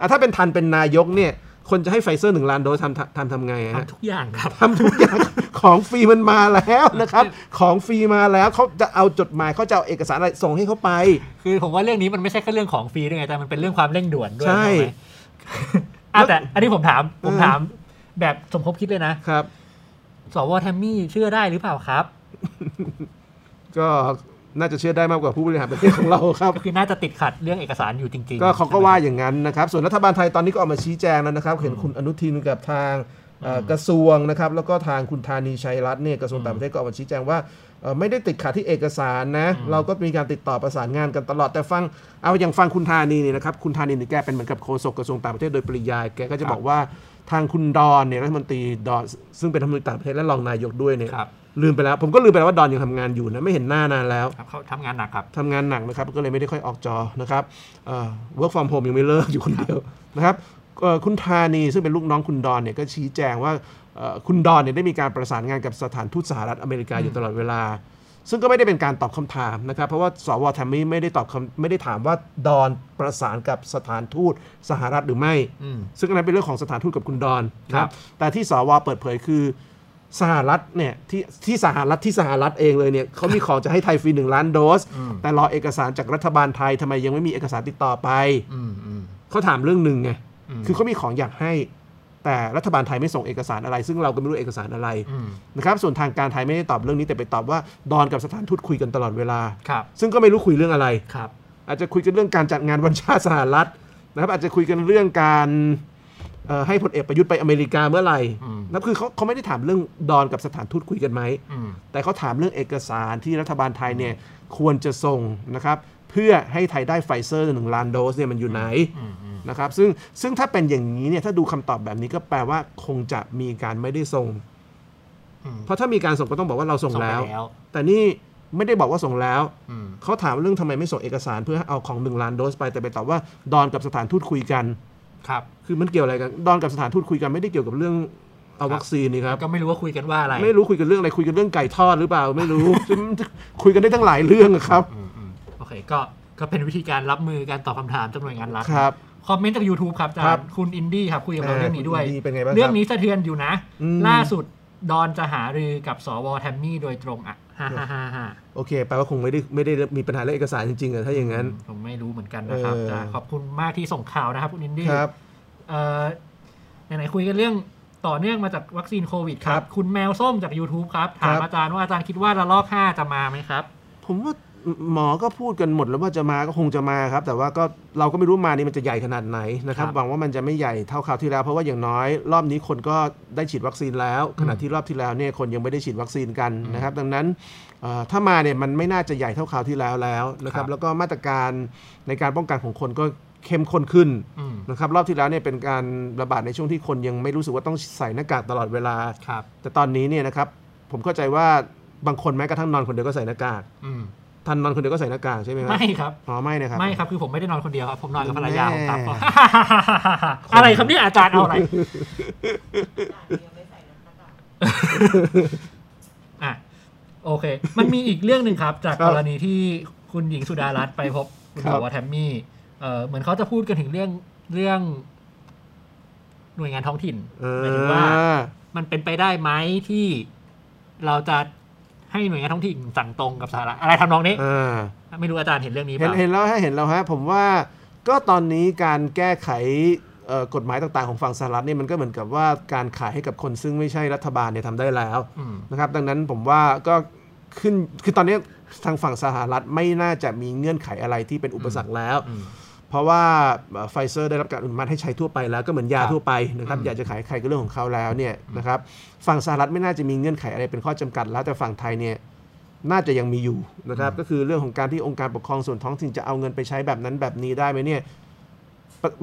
A: อ่ะถ้าเป็นทันเป็นนายกเนี่ย คนจะให้ไฟเซอร์หนึ่งล้านโดสทำทำทำไงอะฮะ
B: ทำทุกอย่างครับ
A: ทำทุกอย่างของฟรีมันมาแล้วนะครับ ของฟรีมาแล้วเขาจะเอาจดหมายเขาจะเอาเอกสารอะไรส่งให้เขาไป
B: คือผมว่าเรื่องนี้มันไม่ใช่แค่เรื่องของฟรีด้วยไงแต่มันเป็นเรื่องความเร่งด่วนด้วย
A: ใช่
B: ถูกไหม อ่ะแต่อันนี้ผมถามผม
A: เออ
B: ถามแบบสมคบคิดเลยนะ
A: ครับ
B: สวแทมมี่เชื่อได้หรือเปล่าครับ
A: ก็น่าจะเชื่อได้มากกว่าผู้บริหารประเทศของเราครับ
B: ก็คือน่าจะติดขัดเรื่องเอกสารอยู่จริงๆ
A: ก็เขาก็
B: ใช่ไหม
A: ว่าอย่างนั้นนะครับ ส่วนรัฐบาลไทยตอนนี้ก็ออกมาชี้แจงแล้วนะครับ เห็นคุณอนุทินกับทางเอ่อกระทรวงนะครับ แล้วก็ทางคุณธานีชัยรัตน์เนี่ยกระทรวงต่างประเทศก็ออกมาชี้แจงว่าเอ่อไม่ได้ติดขัดที่เอกสารนะ เราก็มีการติดต่อประสานงานกันตลอดแต่ฟังเอาอย่างฟังคุณธานีเนี่ยนะครับคุณธานีเนี่ยแกเป็นเหมือนกับโฆษกกระทรวงต่างประเทศโดยปริยายแกก็จะบอกว่าทางคุณดอนเนี่ยรัฐมนตรีดอนซึ่งเป็นรัฐมนตรีต่างประเทศและรองนายกด้วยเนี่ย
B: ครับ
A: ลืมไปแล้วผมก็ลืมไปแล้วว่าดอนยังทำงานอยู่นะไม่เห็นหน้านานแล้ว
B: ครับเขาทำงานหนักครับ
A: ทำงานหนักนะครับ ก็เลยไม่ได้ค่อยออกจอนะครับเอ่อ work from home ยังไม่เลิกอยู่คนเดียว นะครับเอ่อคุณธานีซึ่งเป็นลูกน้องคุณดอนเนี่ยก็ชี้แจงว่าเอ่อคุณดอนเนี่ยได้มีการประสานงานกับสถานทูตสหรัฐอเมริกาอยู่ตลอดเวลา ซึ่งก็ไม่ได้เป็นการตอบคำถามนะครับ เพราะว่าสวแทมมี่ไม่ได้ตอบคำไม่ได้ถามว่าดอนประสานกับสถานทูตสหรัฐหรือไม่
B: อืม
A: ซึ่งอันนั้นเป็นเรื่องของสถานทูตกับคุณดอน
B: ค
A: ค
B: รั
A: รับ บ แต่ที่สวเปิดเผยคือสหรัฐเนี่ยที่ที่สหรัฐที่สหรัฐเองเลยเนี่ยเขามีของจะให้ไทยฟรีหนึ่งล้านโดส แต่รอเอกสารจากรัฐบาลไทยทำไมยังไม่มีเอกสารติดต่อไป
B: อืมอืม
A: เขาถามเรื่องหนึ่งไง
B: อืม
A: คือเขามีของอยากให้ แต่รัฐบาลไทยไม่ส่งเอกสารอะไร ซึ่งเราก็ไม่รู้เอกสารอะไร
B: อืม
A: นะครับ ส่วนทางการไทยไม่ได้ตอบเรื่องนี้แต่ไปตอบว่าดอนกับสถานทูตคุยกันตลอดเวลา
B: ครับ
A: ซึ่งก็ไม่รู้คุยเรื่องอะไร
B: ครับ
A: อาจจะคุยกันเรื่องการจัดงานวันชาติสหรัฐ นะครับอาจจะคุยกันเรื่องการเอ่อให้พลเอกประยุทธ์ไปอเมริกาเมื่อไหร่
B: อืม
A: นะครับคือเขาเขาไม่ได้ถามเรื่องดอนกับสถานทูตคุยกันไหม
B: อืม
A: แต่เขาถามเรื่องเอกสารที่รัฐบาลไทยเนี่ยควรจะส่งนะครับเพื่อให้ไทยได้ไฟเซอร์หนึ่งล้านโดสเนี่ยมันอยู่ไหนนะครับซึ่งซึ่งถ้าเป็นอย่างนี้เนี่ยถ้าดูคำตอบแบบนี้ก็แปลว่าคงจะมีการไม่ได้ส่ง
B: อืม
A: เพราะถ้ามีการส่งก็ต้องบอกว่าเราส่ง
B: ส่งไป
A: แล้ว
B: แล้ว
A: แต่นี่ไม่ได้บอกว่าส่งแล้ว
B: อืม
A: เขาถามเรื่องทำไมไม่ส่งเอกสารเพื่อเอาของหนึ่งล้านโดสไปแต่ไปตอบว่าดอนกับสถานทูตคุยกัน
B: ครับ
A: คือมันเกี่ยวอะไรกันดอนกับสถานทูตคุยกันไม่ได้เกี่ยวกับเรื่องเอาวัคซีนนี่ครับ
B: ก็ไม่รู้ว่าคุยกันว่าอะไร
A: ไม่รู้คุยกันเรื่องอะไรคุยกันเรื่องไก่ทอดหรือเปล่าไม่รู้ คุยกันได้ทั้งหลายเรื่องอะครับ
B: อืมอืมโอเคก็ก็เป็นวิธีการรับมือการตอบคำถามจากหน่วยงานรัฐ
A: ครับ
B: คอมเมนต์จาก YouTube ครับอาจาร
A: ครับ
B: ย์คุณอินดี้ครับ คุยกับเรา
A: อ่า
B: เรื่องนี้ด้วย
A: คุณอินดี้เป็นไงบ้างครับ
B: เรื่องนี้สะเทือนอยู่นะ
A: อืม
B: ล่าสุดดอนจะหารือกับสวแทมมี่โดยตรงอ่ะฮ่าฮ่าฮ่าฮ่า
A: โอเคแปลว่าคงไม่ได้ไม่ได้มีปัญหาเรื่องเอกสารจริงๆอะถ้าอย่างนั้น
B: ผมไม่รู้เหมือนกันนะครับ
A: เออ
B: จ้ะขอบคุณมากที่ส่งข่าวนะครับ คุณอินดี้
A: ครับ
B: เอ่อไหนๆคุยกันเรื่องต่อเนื่องมาจากวัคซีนโควิดค
A: ค
B: รั
A: รับ บ
B: คุณแมวส้มจาก YouTube ครับ ถาม
A: ครับ
B: อาจารย์ว่าอาจารย์คิดว่าระลอก 5 จะมาไหมครับ
A: ผมว่าหมอก็พูดกันหมดแล้วว่าจะมาก็คงจะมาครับ แต่ว่าก็เราก็ไม่รู้มานี่มันจะใหญ่ขนาดไหนนะครับ
B: ครับ
A: หวังว่ามันจะไม่ใหญ่เท่าคราวที่แล้ว เพราะว่าอย่างน้อยรอบนี้คนก็ได้ฉีดวัคซีนแล้ว ขณะที่รอบที่แล้วเนี่ยคนยังไม่ได้ฉีดวัคซีนกันนะครับ ดังนั้นเอ่อถ้ามาเนี่ยมันไม่น่าจะใหญ่เท่าคราวที่แล้วแล้วนะค
B: ครั
A: รับ
B: บ
A: แล้วก็มาตรการในการป้องกันของคนก็เข้มข้นขึ้น
B: อืม
A: นะครับรอบที่แล้วเนี่ยเป็นการระบาดในช่วงที่คนยังไม่รู้สึกว่าต้องใส่หน้ากากตลอดเวลา
B: ครับ
A: แต่ตอนนี้เนี่ยนะครับผมเข้าใจว่าบางคนแม้กระทั่งนอนคนเดียวก็ใส่หน้ากาก
B: อืม
A: ท่านนอนคนเดียวก็ใส่หน้ากากใช่ไหมครับ
B: ไม่ครับ
A: อ๋อไม่นะครับ
B: ไม่ครับคือผมไม่ได้นอนคนเดียวครับ ผมนอนกับภรรยาผมครับ
A: แน่
B: อะไรครับเนี่ยอาจารย์เอาอะไร อ่ะโอเค มันมีอีกเรื่องหนึ่งครับ จาก
A: ครับ
B: กรณีที่คุณหญิงสุดารัตน์ไปพบคุณ
A: ครับ
B: สวแทมมี่เอ่อเหมือนเขาจะพูดกันถึงเรื่องเรื่อง หน่วยงานท้องถิ่นหมายถึงว่า
A: า
B: มันเป็นไปได้ไหมที่เราจะให้หน่วยงานท้องถิ่นสั่งตรงกับสหรัฐอะไรทำนองนี้
A: อ่า
B: ไม่รู้อาจารย์เห็นเรื่องนี้
A: เห็น
B: ป่ะ
A: เห็นแล้วฮะเห็นแล้วฮะผมว่าก็ตอนนี้การแก้ไขเอ่อกฎหมายต่างๆของฝั่งสหรัฐเนี่ยมันก็เหมือนกับว่าการขายให้กับคนซึ่งไม่ใช่รัฐบาลเนี่ยทำได้แล้ว
B: อืม
A: นะครับดังนั้นผมว่าก็ขึ้นคือตอนนี้ทางฝั่งสหรัฐไม่น่าจะมีเงื่อนไขอะไรที่เป็นอุปสรรคแล้ว
B: อืม
A: เพราะว่าไฟเซอร์ได้รับการอนุมัติให้ใช้ทั่วไปแล้วก็เหมือนยา
B: ครับ
A: ทั่วไปนะครับ
B: อืม
A: อยากจะขายใครก็เรื่องของเขาแล้วเนี่ยนะครับฝั่งสหรัฐไม่น่าจะมีเงื่อนไขอะไรเป็นข้อจำกัดแล้วแต่ฝั่งไทยเนี่ยน่าจะยังมีอยู่นะครับก็คือเรื่องของการที่องค์การปกครองส่วนท้องถิ่นจะเอาเงินไปใช้แบบนั้นแบบนี้ได้ไหมเนี่ย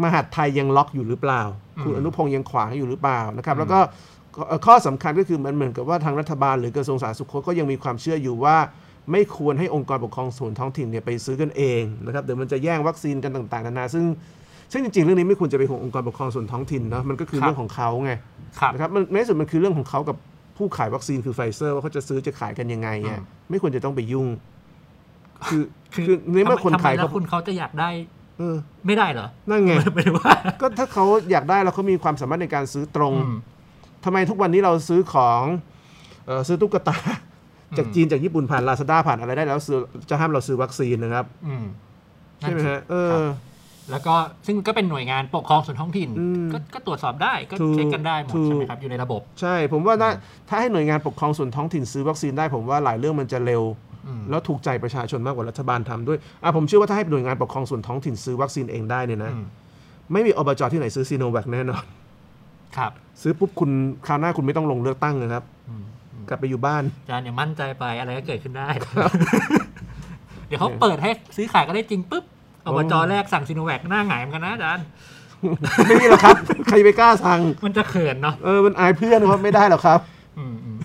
A: มหาดไทยยังล็อกอยู่หรือเปล่า คุณอนุพงศ์ยังขวางอยู่หรือเปล่านะครับ แล้วก็ข้อเอ่อข้อสำคัญก็คือมันเหมือนกับว่าทางรัฐบาลหรือกระทรวงสาธารณสุขเขาก็ยังมีความเชื่ออยู่ว่า ไม่ควรให้องค์กรปกครองส่วนท้องถิ่นเนี่ยไปซื้อกันเองนะครับเดี๋ยวมันจะแย่งวัคซีนกันต่างๆนานาซึ่งซึ่งจริงๆเรื่องนี้ไม่ควรจะไปห่วงองค์กรปกครองส่วนท้องถิ่นเนอะมันก็คือ
B: ครับ
A: เรื่องของเขาไง
B: ครับ
A: นะครับมันในที่สุดมันคือเรื่องของเขากับผู้ขายวัคซีนคือไฟเซอร์ว่าเขาจะซื้อจะขายกันยังไงอะ
B: อืม ไม่
A: ไม่ควรจะต้องไปยุ่ง คือคือในเมื่อคนขาย
B: แล้
A: เขา
B: วคุณเขาจะอยากได้
A: เออ
B: ไม่ได้เหรอ
A: นั่ นไง
B: ไม่รู้ว่า
A: ก็ถ้าเขาอยากได้แล้วเขามีความสามารถในการซื้อตรง
B: อืม
A: ทำไมทุกวันนี้เราซื้อของเออซื้อตุ๊กตา จากจีนจากญี่ปุ่นผ่านลาซาด้าผ่านอะไรได้แล้วซื้อจะห้ามเราซื้อวัคซีนนะครับ
B: อืมนั่
A: ใช่
B: น
A: ไหม
B: สิ
A: ฮะเอ
B: ครั
A: อ
B: บ แล้วก็ซึ่งก็เป็นหน่วยงานปกครองส่วนท้องถิ่น
A: อืม
B: ก็ก็ตรวจสอบได้ ก็
A: ถูก
B: เช็คกันได้หมด
A: ถูก
B: ใช่ไหมครับ อยู่ในระบบ
A: ใช่ ผมว่าน่าถ้าให้หน่วยงานปกครองส่วนท้องถิ่นซื้อวัคซีนได้ผมว่าหลายเรื่องมันจะเร็ว
B: อืม
A: แล้วถูกใจประชาชนมากกว่ารัฐบาลทำด้วยอ่ะผมเชื่อว่าถ้าให้หน่วยงานปกครองส่วนท้องถิ่นซื้อวัคซีนเองได้เนี่ยนะ
B: อืม
A: ไม่มีอบจที่ไหนซื้อซีโนแวคแน่นอน
B: ครับ
A: ซื้อปุ๊บคุณคราวหน้าคุณไม่ต้องลงเลือกตั้งนะครับ
B: อืม
A: กลับไปอยู่บ้าน
B: อาจารย์อย่ามั่นใจไปอะไรก็เกิดขึ้นได้ เดี๋ยวเขาเปิดให้ซื้อขายก็ได้จริงปุ๊บอบจ
A: โอ้
B: แรกสั่งซีโนแวคหน้าหงายเหมือนกันนะอาจารย์
A: ไม่มีหรอกครับ ใครไปกล้าสั่ง
B: มันจะเขินเนาะ
A: เออมันอายเพื่อนครับไม่ได้หรอกครับ
B: อืมอืม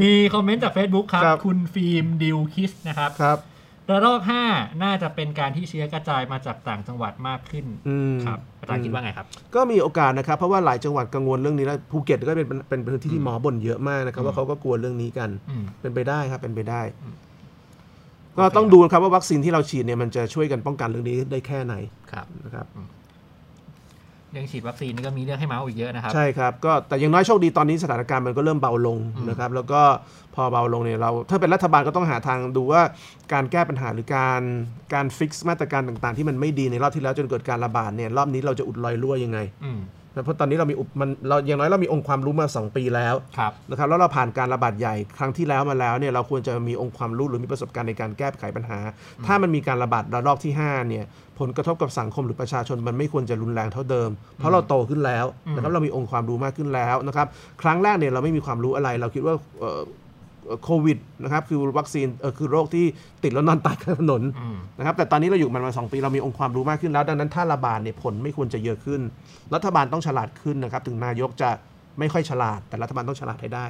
B: มีคอมเมนต์จาก Facebook ครับ
A: ครับ
B: คุณฟิล์มดิวคิสนะครับ
A: ครับ
B: ระลอก 5 น่าจะเป็นการที่เชื้อกระจายมาจากต่างจังหวัดมากขึ้น
A: อืม
B: ครับอาจารย์คิดว่าไงครับ
A: ก็มีโอกาสนะครับ เพราะว่าหลายจังหวัดกังวลเรื่องนี้แล้วภูเก็ตก็เป็นเป็นเป็นพื้นที่ที่หมอบ่นเยอะมากนะครับ ว่าเขาก็กลัวเรื่องนี้กัน
B: อืม
A: เป็นไปได้ครับเป็นไปได้
B: อืม
A: ก็ต้องดูนะครับว่าวัคซีนที่เราฉีดเนี่ยมันจะช่วยกันป้องกันเรื่องนี้ได้แค่ไหน
B: ครับ
A: นะครับ
B: เรื่องฉีดวัคซีนนี่ก็มีเรื่องให้เมาส์อีกเยอะนะครับ
A: ใช่ครับก็แต่อย่างน้อยโชคดีตอนนี้สถานการณ์มันก็เริ่มเบาลงนะครับ แล้วก็พอเบาลงเนี่ยเรา ถ้าเป็นรัฐบาลก็ต้องหาทางดูว่าการแก้ปัญหาหรือการการฟิกซ์มาตรการต่างๆ ที่มันไม่ดีในรอบที่แล้วจนเกิดการระบาดเนี่ยรอบนี้เราจะอุดรอยรั่วยังไง
B: อืม
A: นะเพราะตอนนี้เรามีอุปมันเราอย่างน้อยเรามีองค์ความรู้มา 2 ปีแล้ว
B: ครับ
A: นะครับแล้วเราผ่านการระบาดใหญ่ครั้งที่แล้วมาแล้วเนี่ยเราควรจะมีองค์ความรู้หรือมีประสบการณ์ในการแก้ไขปัญหา ถ้ามันมีการระบาดระลอกที่ห้าเนี่ยผลกระทบกับสังคมหรือประชาชนมันไม่ควรจะรุนแรงเท่าเดิม เพราะเราโตขึ้นแล้วนะครับ เรามีองค์ความรู้มากขึ้นแล้วนะครับ ครั้งแรกเนี่ยเราไม่มีความรู้อะไร เราคิดว่าเอ่อเอ่อโควิดนะครับคือวัคซีนเอ่อคือโรคที่ติดแล้วนอนตายกลางถนน
B: อืม
A: นะครับแต่ตอนนี้เราอยู่มันมาสองปีเรามีองค์ความรู้มากขึ้นแล้ว ดังนั้นถ้าระบาดเนี่ยผลไม่ควรจะเยอะขึ้น รัฐบาลต้องฉลาดขึ้นนะครับถึงนายกจะไม่ค่อยฉลาด แต่รัฐบาลต้องฉลาดให้ได้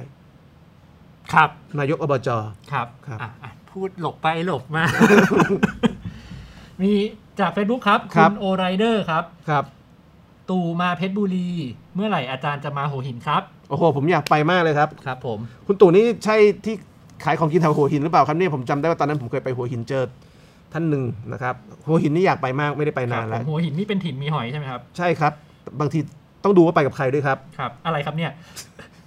B: ครับ
A: นายกอบจ
B: ครับ
A: ครับ
B: อ่ะอ่ะพูดหลบไปหลบมา มีจาก Facebook ครับ
A: ครั
B: คุ
A: บ
B: ณโอไรเดอร์ครับ
A: ครับ
B: ตู่มาเพชรบุรี เมื่อไหร่อาจารย์จะมาหัวหินครับ
A: โอ้โหผมอยากไปมากเลยครับ
B: ครับผม
A: คุณตู่นี่ใช่ที่ขายของกินแถวหัวหินหรือเปล่าครับเนี่ยผมจำได้ว่าตอนนั้นผมเคยไปหัวหินเจอท่านหนึ่งนะครับหัวหินนี่อยากไปมากไม่ได้ไปนานแล้ว
B: หัวหินนี่เป็นถิ่นมีหอยใช่ไหมครับ
A: ใช่ครับ บางทีต้องดูว่าไปกับใครด้วยครับ
B: ครับ อะไรครับเนี่ย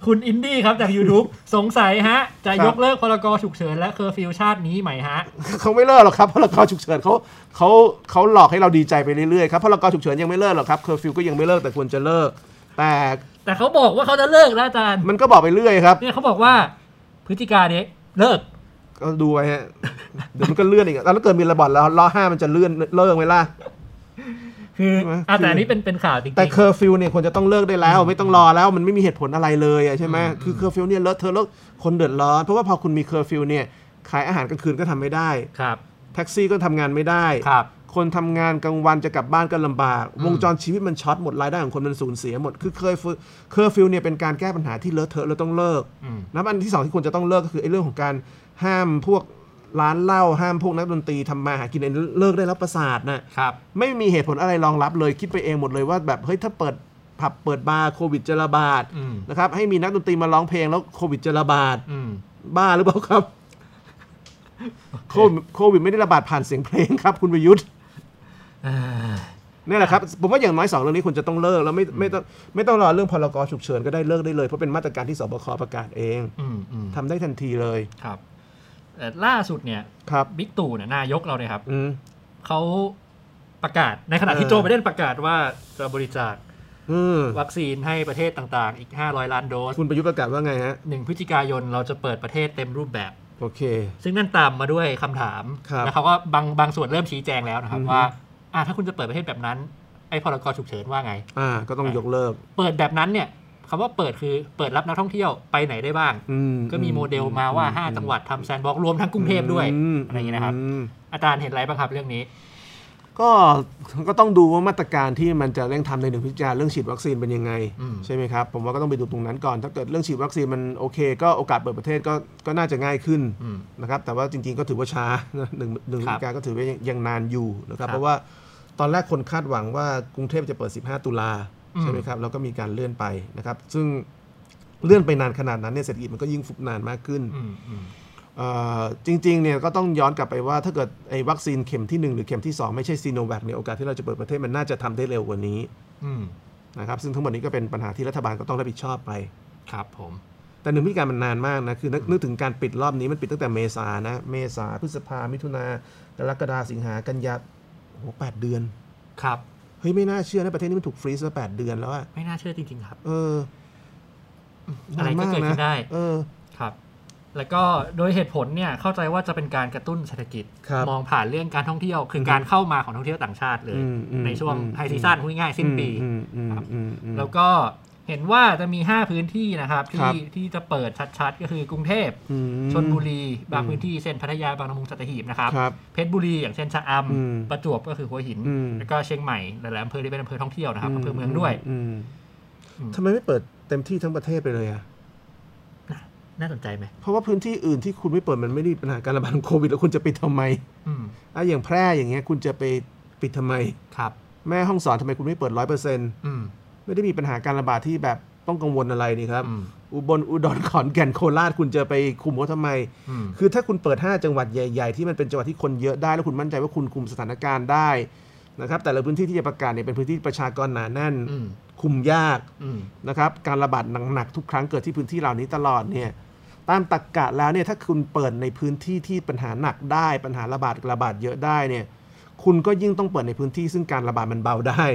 B: คุณอินดี้ครับจาก YouTube สงสัยฮะ จะ
A: ครับ
B: ยกเลิกพรกฉุกเฉินและเคอร์ฟิวชาตินี้ไหมฮะ
A: เขาไม่เลิกหรอกครับพรกฉุกเฉินเขาเขาเขาหลอกให้เราดีใจไปเรื่อยๆครับพรกฉุกเฉินยังไม่เลิกหรอกครับเคอร์ฟิวก็ยังไม่เลิกแต่ควรจะเลิก แต่
B: แต่เขาบอกว่าเขาจะเลิกแล้วอาจารย์
A: มันก็บอกไปเรื่อยครับ
B: เนี่ยเขาบอกว่าพฤติการเนี้ยเลิก
A: ก็ดูไว้ฮะเดี๋ยวมันก็เลื่อนอีกแล้วถ้าเกิดมีระบาดแล้วล้อห้ามันจะเลื่อนเลิกไหมล่ะ
B: คือ
A: ใช่ไหม
B: อ่ะแต่
A: คืออั
B: อันนี้เป็นเป็นข่าวจริง
A: แต่
B: ๆ
A: เคอร์ฟิวเนี่ยควรจะต้องเลิกได้แล้ว ไม่ต้องรอแล้วมันไม่มีเหตุผลอะไรเลยอะใช่ไหมคือเคอร์ฟิวเนี่ยเลอะเทอะเลอะคนเดือดร้อนเพราะว่าพอคุณมีเคอร์ฟิวเนี่ยขายอาหารกลางคืนก็ทำไม่ได้
B: ครับ
A: แท็กซี่ก็ทำงานไม่ได้
B: ครับ
A: คนทำงานกลางวันจะกลับบ้านก็ลำบาก วงจรชีวิตมันช็อตหมดรายได้ของคนมันสูญเสียหมดคือเคยเคอร์ฟิวเนี่ยเป็นการแก้ปัญหาที่เลอะเทอะแล้วต้องเลิก
B: อืม
A: นับอันที่สองที่ควรจะต้องเลิกก็คือไอ้เรื่องของการห้ามพวกร้านเหล้าห้ามพวกนักดนตรีทำมาหากินไอ้เลิกได้แล้วประสาทน่ะ
B: ครับ
A: ไม่มีเหตุผลอะไรรองรับเลยคิดไปเองหมดเลยว่าแบบเฮ้ยถ้าเปิดผับเปิดบาร์โควิดจะระบาด
B: อืม
A: นะครับให้มีนักดนตรีมาร้องเพลงแล้วโควิดจะระบาด
B: อืม
A: บ้าหรือเปล่าครับ โควิดโควิดไม่ได้ระบาดผ่านเสียงเพลงครับ คุณประยุทธ์
B: เอ่อ
A: นี่แหละครับผมว่าอย่างน้อยสองเรื่องนี้คุณจะต้องเลิกแล้วไม่ไม่ต้องไม่ต้องรอเรื่องพรกฉุกเฉินก็ได้เลิกได้เลยเพราะเป็นมาตรการที่สบคประกาศเอง
B: อืมอืม
A: ทำได้ทันทีเลย
B: ครับเอ่อล่าสุดเนี่ย
A: ครับ
B: บิ๊กตู่เนี่ยนายกเราเนี่ยครับ
A: อืม
B: เขาประกาศในขณะที่
A: เออ
B: โจไบเดนประกาศว่าจะบริจาค
A: อืม
B: วัคซีนให้ประเทศต่างๆ อีก 500 ล้านโดส
A: คุณประยุทธ์ประกาศว่าไงฮะ
B: หนึ่งพฤศจิกายนเราจะเปิดประเทศเต็มรูปแบบ
A: โอเค
B: ซึ่งนั่นตามมาด้วยคำถาม
A: ครับ
B: แล้วเขาก็บางบางส่วนเริ่มชี้แจงแล้วนะครับ
A: อือฮึ
B: ว่าอ่ะถ้าคุณจะเปิดประเทศแบบนั้น ไอ้พรกฉุกเฉินว่าไง
A: อ่าก็ต้องยกเลิก
B: เปิดแบบนั้นเนี่ยคำว่าเปิดคือเปิดรับนักท่องเที่ยวไปไหนได้บ้าง
A: อื
B: ก็มีโมเดลมาว่า 5 จังหวัดทำแซนด์บ็อกซ์รวมทั้งกรุงเทพด้วย
A: ม
B: อะไรอย่างเงี้ยนะครับ
A: ม
B: อาจารย์เห็นอะไรบ้างครับเรื่องนี้
A: ก็ก็ต้องดูว่ามาตรการที่มันจะเร่งทำในหนึ่งพิจารณาเรื่องฉีดวัคซีนเป็นยังไง
B: อืม
A: ใช่ไหมครับ ผมว่าก็ต้องไปดูตรงนั้นก่อน ถ้าเกิดเรื่องฉีดวัคซีนมันโอเค ก็โอกาสเปิดประเทศก็ก็น่าจะง่ายขึ้น
B: อืม
A: นะครับแต่ว่าจริงๆก็ถือว่าช้ านะหนึ่งหนึ่ง
B: ครั
A: นา
B: บ
A: ฬิกาก็ถือว่ายังยังนานอยู่นะค
B: ครั
A: รั
B: บบ
A: เพราะว่าตอนแรกคนคาดหวังว่ากรุงเทพจะเปิด 15 ตุลา
B: อืม
A: ใช่ไหมครับแล้วก็มีการเลื่อนไปนะครับซึ่งเลื่อนไปนานขนาดนั้นเนี่ยเศรษฐกิจมันก็ยิ่งฟุบนานมากขึ้น
B: อืมอืม
A: เอ่อจริงๆเนี่ยก็ต้องย้อนกลับไปว่าถ้าเกิดไอ้วัคซีนเข็มที่ 1 หรือเข็มที่ 2 ไม่ใช่ซีโนแวคเนี่ยโอกาสที่เราจะเปิดประเทศมันน่าจะทำได้เร็วกว่านี้
B: อืม
A: นะครับซึ่งทั้งหมดนี้ก็เป็นปัญหาที่รัฐบาลก็ต้องรับผิดชอบไป
B: ครับผม
A: แต่หนึ่งพิธีการมันนานมากนะคือนึกนึกถึงการปิดรอบนี้มันปิดตั้งแต่เมษานะเมษาพฤษภามิถุนากรกฎาสิงหากันยาโอ้โหแปดเดือน
B: ครับ
A: เฮ้ยไม่น่าเชื่อนะประเทศนี้มันถูกฟรีซมาแปดเดือนแล้วอะ
B: ไม่น่าเชื่อจริง ๆ ครับ
A: เออ
B: อะไร
A: นาน
B: ก็
A: มา
B: เกิดขึ้นได้
A: เออ
B: ครับ แล้วก็โดยเหตุผลเนี่ยเข้าใจว่าจะเป็นการกระตุ้นเศรษฐกิจ
A: ครับ
B: มองผ่านเรื่องการท่องเที่ยว คือการเข้ามาของท่องเที่ยวต่างชาติเลย
A: อืมอืม
B: ในช่วง
A: อืม
B: ไฮซีซั่นพูดง่ายๆสิ้นปี
A: อืมอืม
B: ครับ
A: อืมอืม
B: แล้วก็เห็นว่าจะมี 5 พื้นที่นะครับ
A: ครั
B: ที่
A: บ
B: ที่จะเปิดชัดๆ ก็คือกรุงเทพ
A: อืม
B: ชนบุรีบาง
A: อืม
B: พื้นที่เช่นพัทยาบางละมุงสัตหีบนะครับ
A: ครับ
B: เพชรบุรีอย่างเช่นชะอ
A: อืม
B: ำประจวบก็คือหัวหิน
A: อืม
B: แล้วก็เชียงใหม่หลายๆอำเภอที่เป็นอำเภอท่องเที่ยวนะครับอำเภอเมืองด้วย
A: อืม
B: อืม
A: ทำไมไม่เปิดเต็มที่ทั้งประเทศไปเลยอะ
B: น่าสนใจไหม
A: เพราะว่าพื้นที่อื่นที่คุณไม่เปิดมันไม่ได้มีปัญหาการระบาดของโควิดแล้วคุณจะปิดทำไม
B: อืม
A: อ่ะอย่างแพร่อย่างเงี้ยคุณจะไปปิดทำไม
B: ครับ
A: แม่ห้องสอนทำไมคุณไม่เปิดร้อยเปอร์เซ็นต์
B: อืม
A: ไม่ได้มีปัญหาการระบาดที่แบบต้องกังวลอะไรนี่ครับ
B: อืม
A: อุบลอุดรขอนแก่นโคราชคุณจะไปคุมเขาทำไม
B: อืม
A: คือถ้าคุณเปิด 5 จังหวัดใหญ่ๆ ที่มันเป็นจังหวัดที่คนเยอะได้ แล้วคุณมั่นใจว่าคุณคุมสถานการณ์ได้นะครับแต่ละพื้นที่ที่จะประกาศเนี่ยเป็นพื้นที่ประชากรหนาแน่น
B: อืม
A: คุมยาก
B: อืม
A: นะครับการระบาดหนักๆทุกครั้งเกิดที่พื้นที่เหล่านี้ตลอดเนี่ยตามตรกกะแล้วเนี่ยถ้าคุณเปิดในพื้นที่ที่ปัญหาหนักได้ปัญหาระบาดระบาดเยอะได้เนี่ยคุณก็ยิ่งต้องเปิดในพื้นที่ซึ่งการระบาดมันเบาได้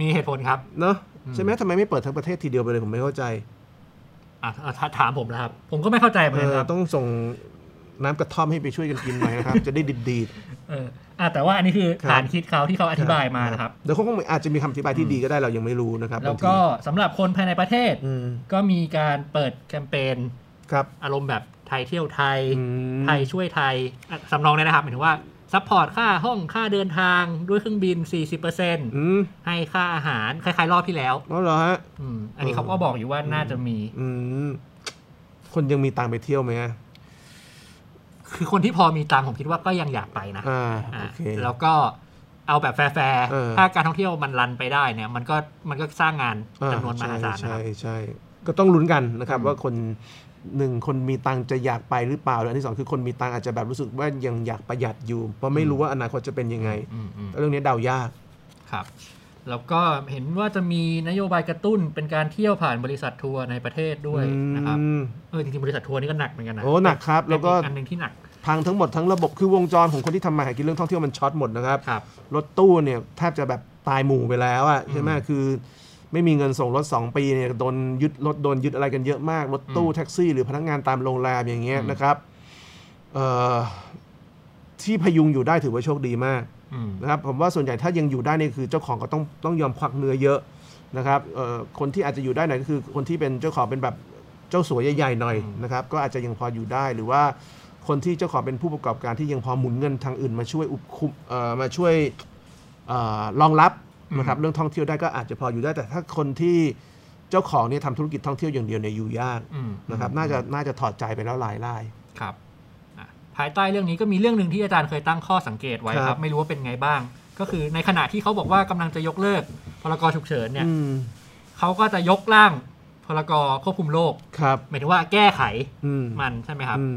B: มีเหตุผลครับ
A: เนาะใช่ไหมทำไมไม่เปิดทั้งประเทศทีเดียวไปเลยผมไม่เข้าใจ
B: อ่ะอ่ะถาถามผมแล้วครับ ผมก็ไม่เข้าใจเหมือน
A: เอ
B: กัน
A: อ
B: ครับ
A: ต้องส่งน้ำกระท่อมให้ไปช่วยกันกินหน่อย นะครับ จะได้ดีด
B: เอออ่ะแต่ว่าอันนี้คือ
A: ครับ
B: ฐานคิดเขาที่เขาอธิบายมานะครับ
A: เดี๋ยวเขาคงอาจจะมีคำอธิบายที่ดีก็ได้เรายังไม่รู้นะครับ
B: แล้วก็
A: บาง
B: สำหรับคนภายในประเทศ
A: ทีอืม
B: ก็มีการเปิดแคมเปญ
A: ครับ
B: อารมณ์แบบไทยเที่ยวไทย
A: อืม
B: ไทยช่วยไทยอ่ะสำรองเลยนะครับหมายถึงว่าซัพพอร์ตค่าห้องค่าเดินทางด้วยเครื่องบิน 40%
A: อืม
B: ให้ค่าอาหารคล้ายๆรอบที่แล้ว
A: แล้วเหรอฮะ
B: อืมอันนี้เขาก็บอกอยู่ว่าน่าจะมี
A: อืม คนยังมีตังค์ไปเที่ยวไหมอะ
B: คือคนที่พอมีตังค์ผมคิดว่าก็ยังอยากไปนะ
A: อ่า
B: อ่ะ
A: โอเค
B: แล้วก็เอาแบบแฟร์
A: เออ
B: ๆถ้าการท่องเที่ยวมันรันไปได้เนี่ยมันก็มันก็สร้างงาน
A: อ่
B: จำนวนมหาศาล
A: ใช่
B: นะครับ
A: ใช่ใช่ ก็ต้องลุ้นกันนะครับ
B: อืม
A: ว่าคนหนึ่งคนมีตังค์จะอยากไปหรือเปล่าแล้วอันที่สองคือคนมีตังค์อาจจะแบบรู้สึกว่ายังอยากประหยัดอยู่ เพราะไม่รู้ว่าอนาคตจะเป็นยังไง
B: อืมอืม
A: แต่เรื่องนี้เดายาก
B: ครับ แล้วก็เห็นว่าจะมีนโยบายกระตุ้นเป็นการเที่ยวผ่านบริษัททัวร์ในประเทศด้วยนะครับ
A: อืม
B: เออจริงๆบริษัททัวร์นี่ก็หนักเหมือนกันนะ
A: โอ้หนักครับ
B: เป็น
A: แล้วก็
B: อันหนึ่งที่หนัก
A: พังทั้งหมดทั้งระบบคือวงจรของคนที่ทำมาหากินเรื่องท่องเที่ยวมันช็อตหมดนะครับ
B: ครับ
A: รถตู้เนี่ยแทบจะแบบตายหมู่ไปแล้วอะใช่ไหมคือ ไม่มีเงินส่งรถ 2 ปีเนี่ยโดนยึดรถโดนยึดอะไรกันเยอะมาก รถตู้
B: อืม
A: แท็กซี่ หรือพนักงานตามโรงแรมอย่างเงี้ย
B: อืม
A: นะครับเอ่อที่พยุงอยู่ได้ถือว่าโชคดีมาก
B: อืม
A: นะครับผมว่าส่วนใหญ่ถ้ายังอยู่ได้เนี่ยคือเจ้าของก็ต้องต้องยอมควักเนื้อเยอะนะครับเอ่อคนที่อาจจะอยู่ได้หน่อยก็คือคนที่เป็นเจ้าของเป็นแบบเจ้าสัวใหญ่ๆหน่อยนะครับก็อาจจะยังพออยู่ได้หรือว่าคนที่เจ้าของเป็นผู้ประกอบการที่ยังพอหมุนเงินทางอื่นมาช่วยอุปคุมเอ่อมาช่วย เออรองรับนะครับเรื่องท่องเที่ยวได้ก็อาจจะพออยู่ได้ แต่ถ้าคนที่เจ้าของเนี่ยทำธุรกิจท่องเที่ยวอย่างเดียวเนี่ยอยู่ยาก
B: อืม
A: นะครับน่าจะน่าจะถอดใจไปแล้วหลายราย
B: ครับอ่ะภายใต้เรื่องนี้ก็มีเรื่องหนึ่งที่อาจารย์เคยตั้งข้อสังเกตไว้
A: ค
B: ค
A: รั
B: รับ
A: บ
B: ไม่รู้ว่าเป็นไงบ้าง ก็คือในขณะที่เขาบอกว่ากำลังจะยกเลิกพรกฉุกเฉินเนี่ย
A: อืม
B: เขาก็จะยกร่างพรกควบคุมโรค
A: ครับ
B: หมายถึงว่าแก้ไข
A: อืม
B: มันใช่ไหมครับ
A: อืม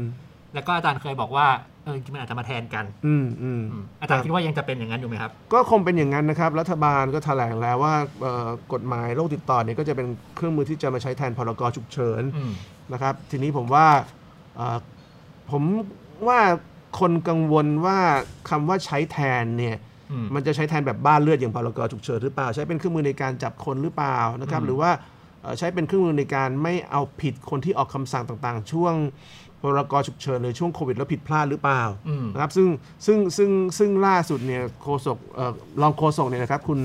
B: แล้วก็อาจารย์เคยบอกว่าเออจริงๆมันอาจจะมาแทนกัน
A: อืมอืม
B: อืมอาจารย์คิดว่ายังจะเป็นอย่างนั้นอยู่ไหมครับ
A: ก็คงเป็นอย่างนั้นนะครับ รัฐบาลก็แถลงแล้วว่าเอ่อกฎหมายโรคติดต่อเนี่ยก็จะเป็นเครื่องมือที่จะมาใช้แทนพรกฉุกเฉิน
B: อืม
A: นะครับทีนี้ผมว่าเอ่อผมว่าคนกังวลว่าคำว่าใช้แทนเนี่ย
B: อืม
A: มันจะใช้แทนแบบบ้านเลือดอย่างพรกฉุกเฉินหรือเปล่า ใช้เป็นเครื่องมือในการจับคนหรือเปล่านะครับ
B: อืม
A: หรือว่าเอ่อใช้เป็นเครื่องมือในการไม่เอาผิดคนที่ออกคำสั่งต่างๆ ช่วงพรกฉุกเฉินหรือช่วงโควิดแล้วผิดพลาดหรือเปล่า
B: อืม
A: นะครับซึ่งซึ่งซึ่งซึ่งล่าสุดเนี่ยโฆษกเอ่อรองโฆษกเนี่ยนะครับคุณ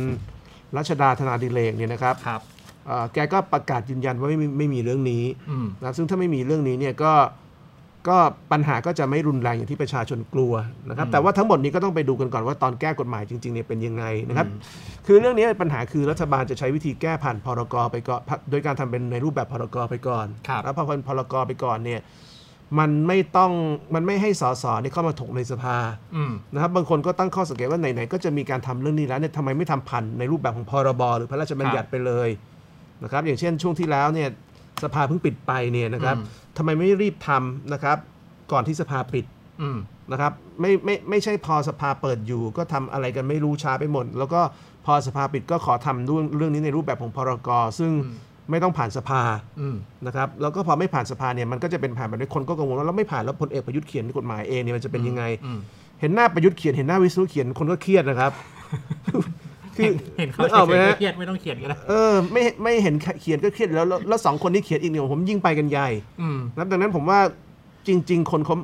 A: รัชดาธนาดิเรกเนี่ยนะครับ
B: ครับ
A: เอ่อแกก็ประกาศยืนยันว่าไม่มีไม่มีเรื่องนี้
B: อืม
A: นะครับซึ่งถ้าไม่มีเรื่องนี้เนี่ยก็ก็ปัญหาก็จะไม่รุนแรงอย่างที่ประชาชนกลัวนะครับ
B: อืม
A: แต่ว่าทั้งหมดนี้ก็ต้องไปดูกันก่อนว่าตอนแก้กฎหมายจริงๆเนี่ยเป็นยังไงนะครับคือเรื่องนี้ปัญหาคือรัฐบาลจะใช้วิธีแก้ผ่านพรกไปก่อนโดยการทำเป็นในรูปแบบพรกไปก่อน
B: ครับ
A: แล้วพอเป็นพรกไปก่อนเนี่ยมันไม่ต้องมันไม่ให้สสเนี่ยเข้ามาถกในสภา
B: อืม
A: นะครับบางคนก็ตั้งข้อสังเกตว่าไหนๆก็จะมีการทำเรื่องนี้แล้วเนี่ยทำไมไม่ทำผ่านในรูปแบบของพรบหรือพระราชบัญญัติไปเลยนะครับอย่างเช่น ช่วงที่แล้วเนี่ยสภาเพิ่งปิดไปเนี่ยนะครับ
B: อืม
A: ทำไมไม่รีบทำนะครับ ก่อนที่สภาปิด
B: อืม
A: นะครับไม่ไม่ไม่ใช่พอสภาเปิดอยู่ ก็ทำอะไรกันไม่รู้ช้าไปหมด แล้วก็พอสภาปิดก็ขอทำเรื่องเรื่องนี้ในรูปแบบของพรกซึ่ง
B: อืม
A: ไม่ต้องผ่านสภา
B: อืม
A: นะครับแล้วก็พอไม่ผ่านสภาเนี่ยมันก็จะเป็นผ่านแบบนี้คนก็กังวลว่าแล้วไม่ผ่านแล้วพลเอกประยุทธ์เขียนกฎหมายเองเนี่ยมันจะเป็นยังไง
B: อืม
A: เห็นหน้าประยุทธ์เขียนเห็นหน้าวิศนุเขียนคนก็เครียดนะครับ คือ
B: เห็นเขา
A: นึก
B: เฉ
A: ออกไหม
B: ย
A: ฮะ
B: ๆเครียดไม่ต้องเขียนก็ได้
A: เออไม่ไม่เห็นเขียนก็เครียดแล้วแล้วแล้วสองคนที่เขียนอีกเนี่ยผมยิ่งไปกันใหญ่
B: อืม
A: นะครับดังนั้นผมว่า จริง ๆ คนเขา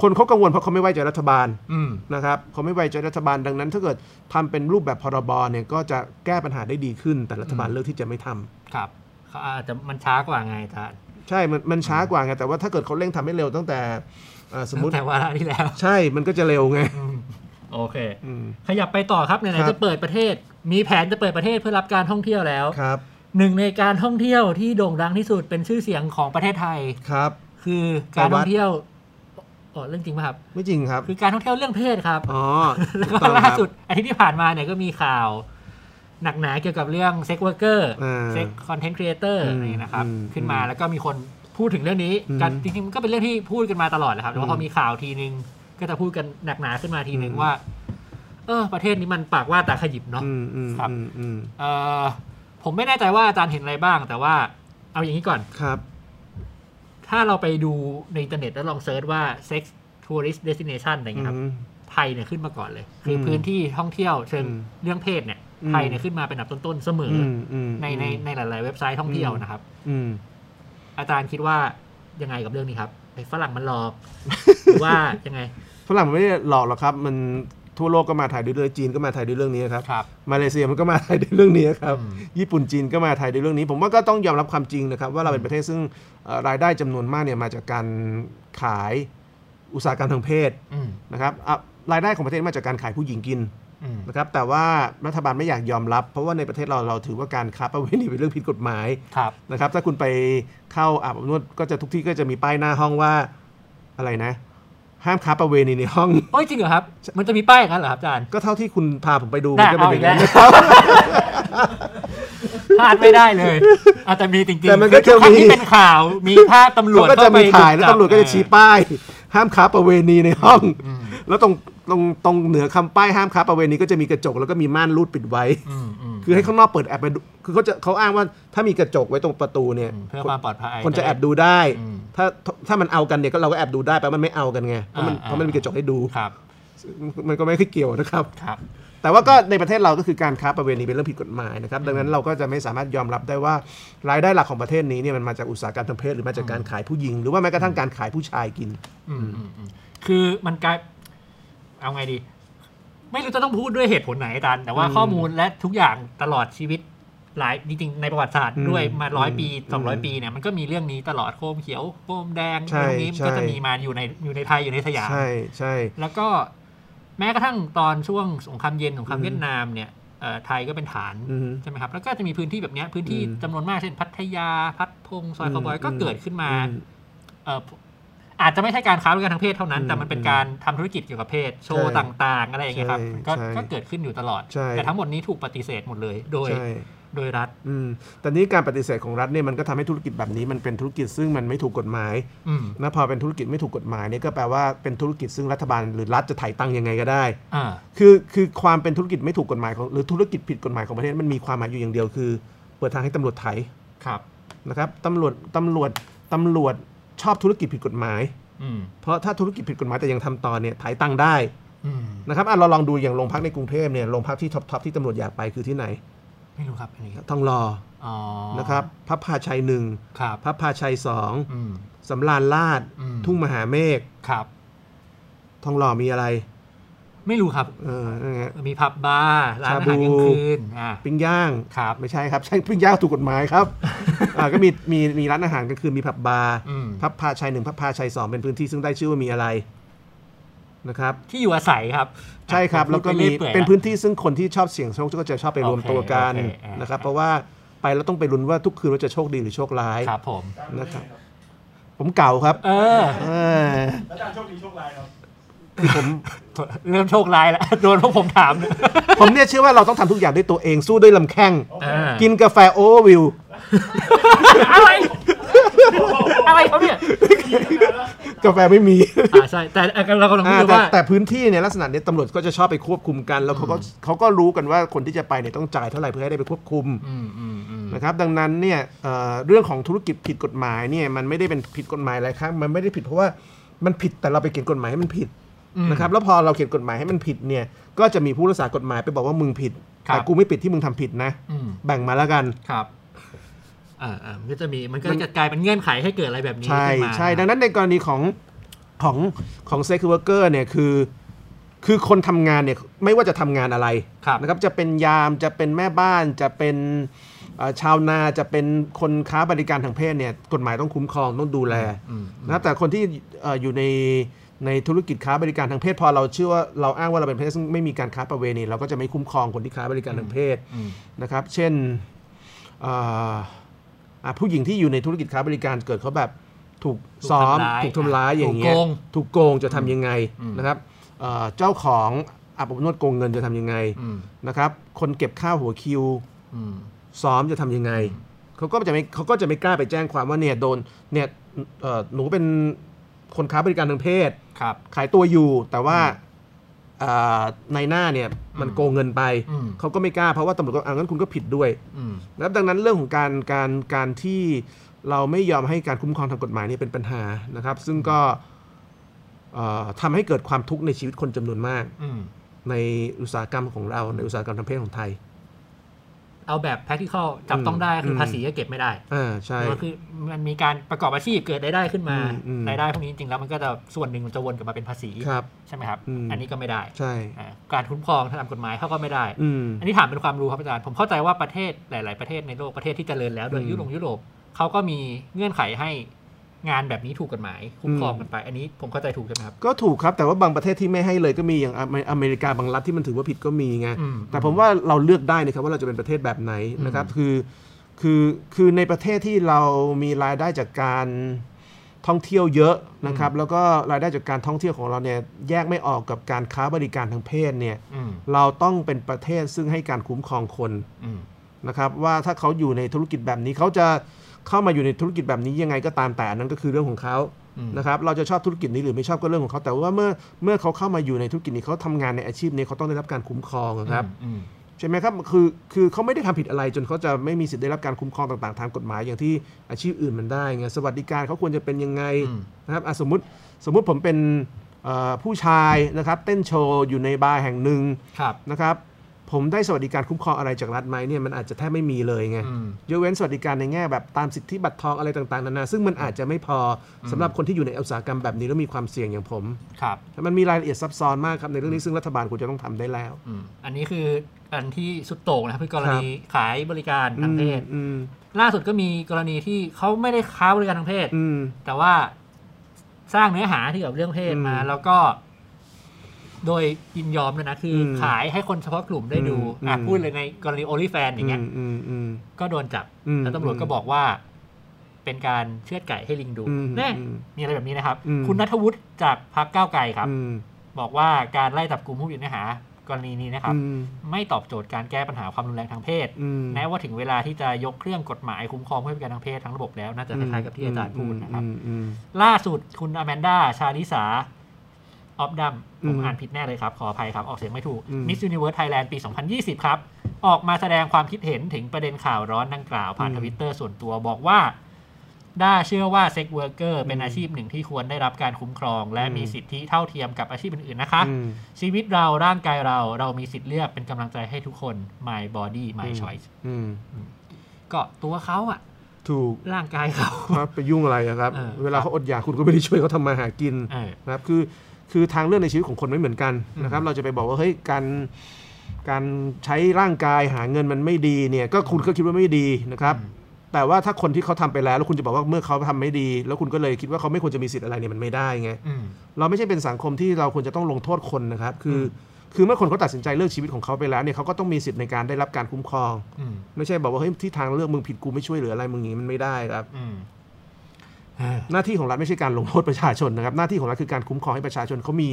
A: คนเขากังวลเพราะเขาไม่ไว้ใจรัฐบาล
B: อืม
A: นะครับเขาไม่ไว้ใจรัฐบาลดังนั้น ถ้าเกิดทำเป็นรูปแบบพรบเนี่ยก็จะแก้ปัญหาได้ดีขึ้น แต่รัฐบาลเลือกที่จะไม่ทำ
B: ครับเขาอาจจะมันช้ากว่าไงอาจารย์
A: ใช่มันมันช้ากว่าไงแต่ว่าถ้าเกิดเขาเร่งทำให้เร็วตั้งแต่เอ่อสมมติ
B: ตั้งแต่วาระที่แล้ว
A: ใช่มันก็จะเร็วไง
B: อืมโอเค
A: อืม
B: ขยับไปต่อครับไห
A: ครั
B: น
A: บ
B: ๆจะเปิดประเทศ มีแผนจะเปิดประเทศเพื่อรับการท่องเที่ยวแล้ว
A: ครับ
B: หนึ่งในการท่องเที่ยวที่โด่งดังที่สุดเป็นชื่อเสียงของประเทศไทย
A: ครับ
B: คือการ
A: ไปวัด
B: ท่องเที่ยวอ๋อเรื่องจริงป่ะครับ
A: ไม่จริงครับ
B: คือการท่องเที่ยวเรื่องเพศ ครับ
A: อ๋อ
B: แล้ว
A: ถู
B: ก็
A: กต้องค
B: ล่า
A: รับ
B: สุดอาทิตย์ที่ผ่านมาเนี่ยก็มีข่าว หนักหนาเกี่ยวกับเรื่องเซ็กเวอร์เกอร์
A: อ่า
B: เซ็กคอนเทนต์ครีเอเตอร์
A: อืม
B: อะไรนะครับ
A: อืม
B: ขึ้นมาแล้วก็มีคนพูดถึงเรื่องนี้
A: อืม
B: กันจริงๆมันก็เป็นเรื่องที่พูดกันมาตลอดแหละครับแต่ว่าพอมีข่าวทีนึง ก็จะพูดกันหนักหนาขึ้นมาทีนึง
A: อืม
B: ว่า เออประเทศนี้มันปากว่าตาขยิบเนาะ
A: อืมอืม
B: ครับ
A: อืมอืม
B: เออผมไม่แน่ใจว่าอาจารย์เห็นอะไรบ้าง แต่ว่าเอาอย่างนี้ก่อน
A: ครับ
B: ถ้าเราไปดูในอินเทอร์เน็ตแล้วลองเซิร์ชว่า sex tourist destination อะไรอย่างเงี้ยครับ
A: อืม
B: ไทยเนี่ยขึ้นมาก่อนเลย คืออ
A: ม
B: พื้นที่ท่องเที่ยวเชิง
A: อืม
B: เรื่องเพศเนี่ย
A: อืม
B: ไทยเนี่ยขึ้นมาเป็นอันดับต้นๆเสมอ
A: อื
B: อ
A: มอืม
B: ในในในหลายๆเว็บไซต์ท่องเที่ยวนะครับ
A: อืม
B: อาจารย์คิดว่ายังไงกับเรื่องนี้ครับไอ้ฝรั่งมันหลอก หรือว่ายังไง
A: ฝรั่งมันไม่ได้หลอกหรอกครับ มันทั่วโลกก็มาถ่ายด้วยเรื่องจีนก็มาถ่ายด้วยเรื่องนี้ครับ
B: ครับ
A: มาเลเซียมันก็มาถ่ายด้วยเรื่องนี้ครับ
B: อืม
A: ญี่ปุ่นจีนก็มาถ่ายด้วยเรื่องนี้ ผมว่าก็ต้องยอมรับความจริงนะครับ ว่าเราเป็นประเทศซึ่งเอ่อรายได้จำนวนมากเนี่ยมาจากการขายอุตสาหกรรมทางเพศ
B: อืม
A: นะครับอ่ะรายได้ของประเทศมาจากการขายผู้หญิงกิน
B: อืม
A: นะครับ แต่ว่ารัฐบาลไม่อยากยอมรับ เพราะว่าในประเทศเราเราถือว่าการค้าประเวณีเป็นเรื่องผิดกฎหมาย
B: ครับ
A: นะครับถ้าคุณไปเข้าอาบอบนวดก็จะทุกที่ก็จะมีป้ายหน้าห้องว่าอะไรนะ ห้ามค้าประเวณีในห้อง
B: โอ้ยจริงเหรอครับ มันจะมีป้ายอย่างนั้นเหรอครับอาจารย์
A: ก็เท่าที่คุณพาผมไปดู
B: ได้
A: มันก็เป็นอย่างนั้น
B: เอาอีกแล้ว
A: นะครับ
B: พลาดไม่ได้เลย อาจจะมีจริงๆ
A: แต่มันก็
B: คือทุ
A: จะมี
B: ครั้งที่เป็นข่าวมีภาพตำรวจ
A: เขาก็จะ
B: เข้าไป
A: มีถ่ายแล้ว
B: จับ
A: ตำรวจก็จะชี้ป้าย ห้ามค้าประเวณีในห้อง
B: อืม
A: แล้วตรงตรงตรงเหนือคำป้ายห้ามค้าประเวณีก็จะมีกระจกแล้วก็มีม่านรูดปิดไว้
B: อืมอืม
A: คือให้ข้างนอกเปิดแอบไปดูคือเขาจะเขาอ้างว่าถ้ามีกระจกไว้ตรงประตูเนี่ย
B: อืมเพื่อความปลอดภัย
A: คนจะแอบดูได้
B: อืม
A: ถ้าถ้ามันเอากันเนี่ยก็เราก็แอบดูได้แปลว่ามันไม่เอากันไงเพราะมัน
B: อ่า
A: เพราะมันมีกระจกให้ดู
B: ครับ
A: มันก็ไม่ค่อยเกี่ยวนะครับ
B: ครับ
A: แต่ว่าก็ในประเทศเราก็คือการค้าประเวณีเป็นเรื่องผิดกฎหมายนะครับ ดังนั้นเราก็จะไม่สามารถยอมรับได้ว่ารายได้หลักของประเทศนี้เนี่ยมันมาจากอุตสาหกรรมทางเพศหรือมาจากการขายผู้หญิง หรือว่าแม้กระทั่งการขายผู้ชายกิน
B: อืมอืมอืมคือมันกลายเอาไงดี ไม่รู้จะต้องพูดด้วยเหตุผลไหนอาจารย์แต่ว่า
A: อืม
B: ข้อมูลและทุกอย่างตลอดชีวิตหลายจริงๆในประวัติศาสตร์
A: อืม
B: ด้วยมาร้อยปี
A: อืม
B: สองร้อยปีเนี่ยมันก็มีเรื่องนี้ตลอดโคมเขียวโคมแดง
A: ใช่
B: เรื่องนี้มันก็
A: ใช่
B: จะมีมาอยู่ในอยู่ในไทยอยู่ในสยาม
A: ใช่ใช่
B: แล้วก็แม้กระทั่งตอนช่วงสงครามเย็นสงคราม
A: อืม
B: เวียดนามเนี่ยเอ่อไทยก็เป็นฐาน
A: อือฮึ
B: ใช่ไหมครับ แล้วก็จะมีพื้นที่แบบเนี้ยพื้นที่
A: อืม
B: จำนวนมากเช่นพัทยา พัดพงซอยคาวบอยก็
A: อืม
B: เกิดขึ้นมา
A: อืม
B: เอ่ออาจจะไม่ใช่การค้าบริการทางเพศเท่านั้น
A: อืม
B: แต่มันเป็นการทำธุรกิจเกี่ยวกับเพศ โชว์
A: ใช่
B: ต่างๆ อะไรอย่างเงี้ยครับ
A: ใช่
B: ก็
A: ใช่
B: ก็เกิดขึ้นอยู่ตลอด
A: ใช่
B: แต่ทั้งหมดนี้ถูกปฏิเสธหมดเลย โดย
A: ใช่
B: โดยรัฐ
A: อืมแต่นี้การปฏิเสธของรัฐเนี่ยมันก็ทำให้ธุรกิจแบบนี้มันเป็นธุรกิจซึ่งมันไม่ถูกกฎหมาย
B: อืม
A: นะพอเป็นธุรกิจไม่ถูกกฎหมายเนี่ยก็แปลว่าเป็นธุรกิจซึ่งรัฐบาลหรือรัฐจะถ่ายตังค์ยังไงก็ได้
B: อ่า
A: คือคือความเป็นธุรกิจไม่ถูกกฎหมายของหรือธุรกิจผิดกฎหมายของประเทศมันมีความหมายอยู่อย่างเดียวคือ เปิดทางให้ตำรวจไถ
B: ครับ
A: นะครับตำรวจตำรวจตำรวจชอบธุรกิจผิดกฎหมาย
B: อืม
A: เพราะถ้าธุรกิจผิดกฎหมายแต่ยังทำต่อเนี่ยถ่ายตังค์ได้
B: อืม
A: นะครับอ่ะเราลองดูอย่างโรงพักในกรุงเทพเนี่ยโรงพักที่ท็อปทที่ตำรวจอยากไปคือที่ไหน
B: ไม่รู้ครับอันนี้
A: ทองรอ
B: อ๋อ
A: นะครับพับพาชัยหนึ่ง
B: ครับ
A: พับพาชัยสอง
B: อืม
A: สำราญลาด
B: อืม
A: ทุ่งมหาเมฆ
B: ครับ
A: ทองหล่อมีอะไร
B: ไม่รู้ครับ
A: เออนั่นไง
B: มีผับบาร์ร้านอาหารกลาง
A: ชาบู
B: คืนอ่า
A: ปิ้งย่าง
B: ครับ
A: ไม่ใช่ครับใช่ปิ้งย่างถูกกฎหมาย ครับ อ่ะก็มีมีมีร้านอาหารก็คือมีผับบาร์
B: อืม
A: พับพาชัยหนึ่งพับพาชัยสองเป็นพื้นที่ซึ่งได้ชื่อว่ามีอะไรนะครับ
B: ที่อยู่อาศัยครับ
A: ใช่ครับ
B: ผม
A: แล้วก็
B: พูด
A: มี
B: ไรื่อยๆ
A: เป็น
B: ละ
A: พื้นที่ซึ่งคนที่ชอบเสี่ยงโชคก็จะชอบไปรวมตัวกัน
B: โอเคโอเคอ่าน
A: นะครับ เพราะว่าไปแล้วต้องไปลุ้นว่าทุกคืนว่าจะโชคดีหรือโชคร้าย
B: ครับผม
A: นะครับ ผมเก่าครับ
B: เออ
A: เออ
C: อาจารย์โชคดีโชคร้ายครับ
A: คือผม
B: เริ่มโชคร้ายแล้วโดนพวกผมถามเนี่ย
A: ผมเนี่ยเชื่อว่าเราต้องทำทุกอย่างด้วยตัวเองสู้ด้วยลำแข้ง
B: อ่า
A: กินกาแฟโอเวอร์วิว
B: อะไร อะไรเขาเนี่ย
A: กาแฟไม่มี
B: อ่าใช่ แต่เรากำลังพู
A: อ่า
B: ด
A: แต่
B: ว่า
A: แต่พื้นที่เนี่ยลักษณะเนี้ยตำรวจก็จะชอบไปควบคุมกัน แล้วเขาก็เขาก็รู้กันว่าคนที่จะไปเนี่ยต้องจ่ายเท่าไหร่เพื่อให้ได้ไปควบคุม
B: อืมอืมอืม
A: นะครับดังนั้นเนี่ยเอ่อเรื่องของธุรกิจผิดกฎหมายเนี่ยมันไม่ได้เป็นผิดกฎหมายอะไรครั้งมันไม่ได้ผิดเพราะว่ามันผิดแต่เราไปเขียนกฎหมายให้มันผิดนะครับแล้วพอเราเขียนกฎหมายให้มันผิดเนี่ยก็จะมีผู้รักษากฎหมายไปบอกว่ามึงผิดแต่กูไม่ผิดที่มึงทำผิดนะ
B: อืม
A: แบ่งมาแล้วกัน
B: ครับอ่าอ่ามันก็จะมีมันก็จะกลายเป็นเงื่อนไขให้เกิดอะไรแบบนี้
A: ใช่
B: ขึ้นมา
A: ใช่ดังนั้นในกรณีของ ของของเซ็กซ์เวิร์กเกอร์เนี่ยคือ คือคนทำงานเนี่ยไม่ว่าจะทำงานอะไร
B: ครับ
A: นะครับจะเป็นยามจะเป็นแม่บ้านจะเป็นเอ่อชาวนาจะเป็นคนค้าบริการทางเพศเนี่ยกฎหมายต้องคุ้มครองต้องดูแล
B: อืม
A: นะครับแต่คนที่เอ่ออยู่ในในธุรกิจค้าบริการทางเพศพอเราเชื่อว่าเราอ้างว่าเราเป็นเพศซึ่งไม่มีการค้าประเวณีเราก็จะไม่คุ้มครองคนที่ค้าบริการทางเพศ
B: อืม
A: นะครับเช่นเอ่ออ่ะผู้หญิงที่อยู่ในธุรกิจค้าบริการเกิดเขาแบบถูก
B: ถูก
A: ซ้อม
B: ทำร้าย
A: ถูกทำร้าย
B: อ่ะ
A: อย่างเงี้ย
B: ถูกโกง
A: ถูกโกงจะทำยังไง
B: อืม
A: นะครับเอ่อเจ้าของอาบอบนวดโกงเงินจะทำยังไง
B: อืม
A: นะครับคนเก็บค่าหัวคิว
B: อืม
A: ซ้อมจะทำยังไงเขาก็จะไม่เขาก็จะไม่กล้าไปแจ้งความว่าเนี่ยโดนเนี่ยเอ่อหนูเป็นคนค้าบริการทางเพศ
B: ครับ
A: ขายตัวอยู่แต่ว่าเอ่อในหน้าเนี่ยมัน
B: อืม
A: โกงเงินไป
B: อืม
A: เขาก็ไม่กล้าเพราะว่าตำรวจก็อ่างั้นคุณก็ผิดด้วย
B: อืม
A: นะครับดังนั้นเรื่องของการการการที่เราไม่ยอมให้การคุ้มครองทางกฎหมายเนี่ยเป็นปัญหานะครับ ซึ่งก็เอ่อทำให้เกิดความทุกข์ในชีวิตคนจำนวนมาก
B: อืม
A: ในอุตสาหกรรมของเราในอุตสาหกรรมทางเพศของไทย
B: เอาแบบ practical จับต้องได้คืออ
A: ม
B: ภาษีก็เก็บไม่ได้
A: อ่าใช่
B: ก็คือมันมีการประกอบอาชีพเกิดรายได้ขึ้นมา
A: อืมอืม
B: รายได้พวกนี้จริงๆแล้วมันก็จะส่วนหนึ่งมันจะวนกลับมาเป็นภาษี
A: ครับ
B: ใช่ไหมครับ
A: อืม
B: อันนี้ก็ไม่ได้
A: ใช่
B: อ่าการคุ้มครองทางกฎหมายเขาก็ไม่ได้
A: อืม
B: อันนี้ถามเป็นความรู้ครับอาจารย์ ผมเข้าใจว่าประเทศหลาย ๆ ประเทศในโลกประเทศที่เจริญแล้วโดย
A: อืม
B: ยุโรปยุโรปเขาก็มีเงื่อนไขให้งานแบบนี้ถูกกฎหมายคุ้มครอง
A: อืม
B: กันไป อันนี้ผมเข้าใจถูกใช่ไหมครับ
A: ก็ถูกครับแต่ว่าบางประเทศที่ไม่ให้เลยก็มีอย่างอเมอเมริกาบางรัฐที่มันถือว่าผิดก็มีไง
B: อืม
A: แต่ผมว่าเราเลือกได้นะครับว่าเราจะเป็นประเทศแบบไหนนะครับ คือคือคือในประเทศที่เรามีรายได้จากการท่องเที่ยวเยอะนะครับ แล้วก็รายได้จากการท่องเที่ยวของเราเนี่ยแยกไม่ออกกับการค้าบริการทางเพศเนี่ย
B: อืม
A: เราต้องเป็นประเทศซึ่งให้การคุ้มครองคน
B: อืม
A: นะครับ ว่าถ้าเขาอยู่ในธุรกิจแบบนี้เขาจะเข้ามาอยู่ในธุรกิจแบบนี้ยังไงก็ตามแต่อันนั้นก็คือเรื่องของเขา
B: อืม
A: นะครับเราจะชอบธุรกิจนี้หรือไม่ชอบก็เรื่องของเขาแต่ว่าเมื่อเมื่อเขาเข้ามาอยู่ในธุรกิจนี้เขาทำงานในอาชีพนี้เขาต้องได้รับการคุ้มครองนะครับ
B: อืม
A: ใช่ไหมครับคือคือเขาไม่ได้ทำผิดอะไรจนเขาจะไม่มีสิทธิ์ได้รับการคุ้มครองต่างๆทางกฎหมายอย่างที่อาชีพอื่นมันได้ไงสวัสดิการเขาควรจะเป็นยังไง
B: อืม
A: นะครับอ่ะสมมติสมมุติผมเป็นเอ่อผู้ชายนะครับเต้นโชว์อยู่ในบาร์แห่งหนึ่ง
B: ครับ
A: นะครับผมได้สวัสดิการคุ้มครองอะไรจากรัฐไหมเนี่ยมันอาจจะแทบไม่มีเลยไง
B: อืม
A: ยกเว้นสวัสดิการในแง่แบบตามสิทธิบัตรทองอะไรต่างๆนานาซึ่งมันอาจจะไม่พออสำหรับคนที่อยู่ในอุตสาหกรรมแบบนี้แล้วมีความเสี่ยงอย่างผม
B: ครับ
A: มันมีรายละเอียดซับซ้อนมากครับ ในเรื่องนี้ซึ่งรัฐบาลควรจะต้องทำได้แล้ว
B: อืมอันนี้คืออันที่สุดโต่งนะครับคือกรณีขายบริการทางเพศ
A: อืม
B: ล่าสุดก็มีกรณีที่เขาไม่ได้ค้าบริการทางเพศ
A: อืม
B: แต่ว่าสร้างเนื้อหาที่เกี่ยวกับเรื่องเพศมา
A: อืม
B: แล้วก็ โดยยินยอมด้วยนะ คืออ
A: ม
B: ขายให้คนเฉพาะกลุ่มได้ดู
A: อืม
B: อ่ะ
A: อืม
B: พูดเลยในกรณีโอลิแฟนอย่างเงี้ย
A: อืมอืม
B: ก็โดนจับ
A: อืม
B: แล้วตำรวจก็บอกว่า เป็นการเชือดไก่ให้ลิงดู
A: อืม
B: แน่
A: อืม
B: มีอะไรแบบนี้นะครับ
A: อืม
B: คุณนัทวุฒิจากพรรคก้าวไกลครับ
A: อืม
B: บอกว่าการไล่จับกลุ่มผู้ผิดเนื้อหากรณีนี้นะครับ
A: อืม
B: ไม่ตอบโจทย์การแก้ปัญหาความรุนแรงทางเพศ
A: อืม
B: แม้ว่าถึงเวลาที่จะยกเครื่องกฎหมายคุ้มครองผู้พิการทางเพศทั้งระบบแล้ว น่าจะคล้ายๆกับที่อาจารย์พูดนะครับ
A: อืมอืม
B: ล่าสุดคุณอแมนด้าชาลิสา ออฟดัม
A: อื
B: ผม มอ่านผิดแน่เลยครับ ขออภัยครับ ออกเสียงไม่ถูก
A: อืม
B: Miss Universe Thailand ปี 2020 ครับ ออกมาแสดงความคิดเห็นถึงประเด็นข่าวร้อนดังกล่าว ผ่าน
A: อืม
B: ทวิตเตอร์ส่วนตัวบอกว่า ด้าเชื่อว่าเซ็กเวิร์กเกอร์เป็น
A: อืม
B: อาชีพหนึ่งที่ควรได้รับการคุ้มครอง และ
A: อืม
B: มีสิทธิเท่าเทียมกับอาชีพอื่นๆนะคะ
A: อืม
B: ชีวิตเราร่างกายเราเรามีสิทธิ์เลือกเป็นกำลังใจให้ทุกคน my body
A: อื
B: my
A: ม
B: choice
A: อืม
B: ก็ตัวเขาอะ
A: ถูก
B: ร่างกายเขา
A: ครับไปยุ่งอะไรอะครับ
B: เออ
A: เวลาเขาอดอยากคุณก็ไม่ได้ช่วยเขาทำมาหากิน
B: เออ
A: นะครับคือคือทางเลือกในชีวิตของคนไม่เหมือนกัน
B: อืม
A: นะครับ เราจะไปบอกว่าเฮ้ยการการใช้ร่างกายหาเงินมันไม่ดีเนี่ยก็คุณก็คิดว่าไม่ดีนะครับ แต่ว่าถ้าคนที่เขาทำไปแล้วแล้วคุณจะบอกว่าเมื่อเขาทำไม่ดี แล้วคุณก็เลยคิดว่าเขาไม่ควรจะมีสิทธิ์อะไรเนี่ยมันไม่ได้ไง
B: อืม
A: เราไม่ใช่เป็นสังคมที่เราควรจะต้องลงโทษคนนะครับ คืออคือเมื่อคนเขาตัดสินใจเลือกชีวิตของเขาไปแล้วเนี่ยเขาก็ต้องมีสิทธิ์ในการได้รับการคุ้มครอง
B: อืม
A: ไม่ใช่บอกว่าเฮ้ยที่ทางเลือกมึงผิดกูไม่ช่วยเหลืออะไรมึงอย่างนี้มันไม่ได้ครับ
B: อืมเออ
A: หน้าที่ของรัฐไม่ใช่การลงโทษประชาชนนะครับ หน้าที่ของรัฐคือการคุ้มครองให้ประชาชนเขามี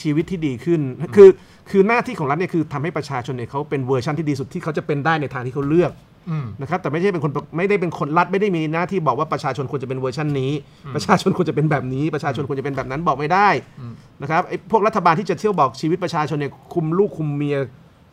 A: ชีวิตที่ดีขึ้น คือคือหน้าที่ของรัฐเนี่ยคือทำให้ประชาชนเนี่ยเขาเป็นเวอร์ชันที่ดีสุดที่เขาจะเป็นได้ในทางที่เขาเลือก
B: อืม
A: นะครับแต่ไม่ใช่เป็นคนไม่ได้เป็นคนรัฐไม่ได้มีหน้าที่บอกว่าประชาชนควรจะเป็นเวอร์ชันนี้ ประชาชนควรจะเป็นแบบนี้ ประชาชนควรจะเป็นแบบนั้นบอกไม่ได้
B: อืม
A: นะครับไอ้พวกรัฐบาลที่จะเที่ยวบอกชีวิตประชาชนเนี่ยคุมลูกคุมเมีย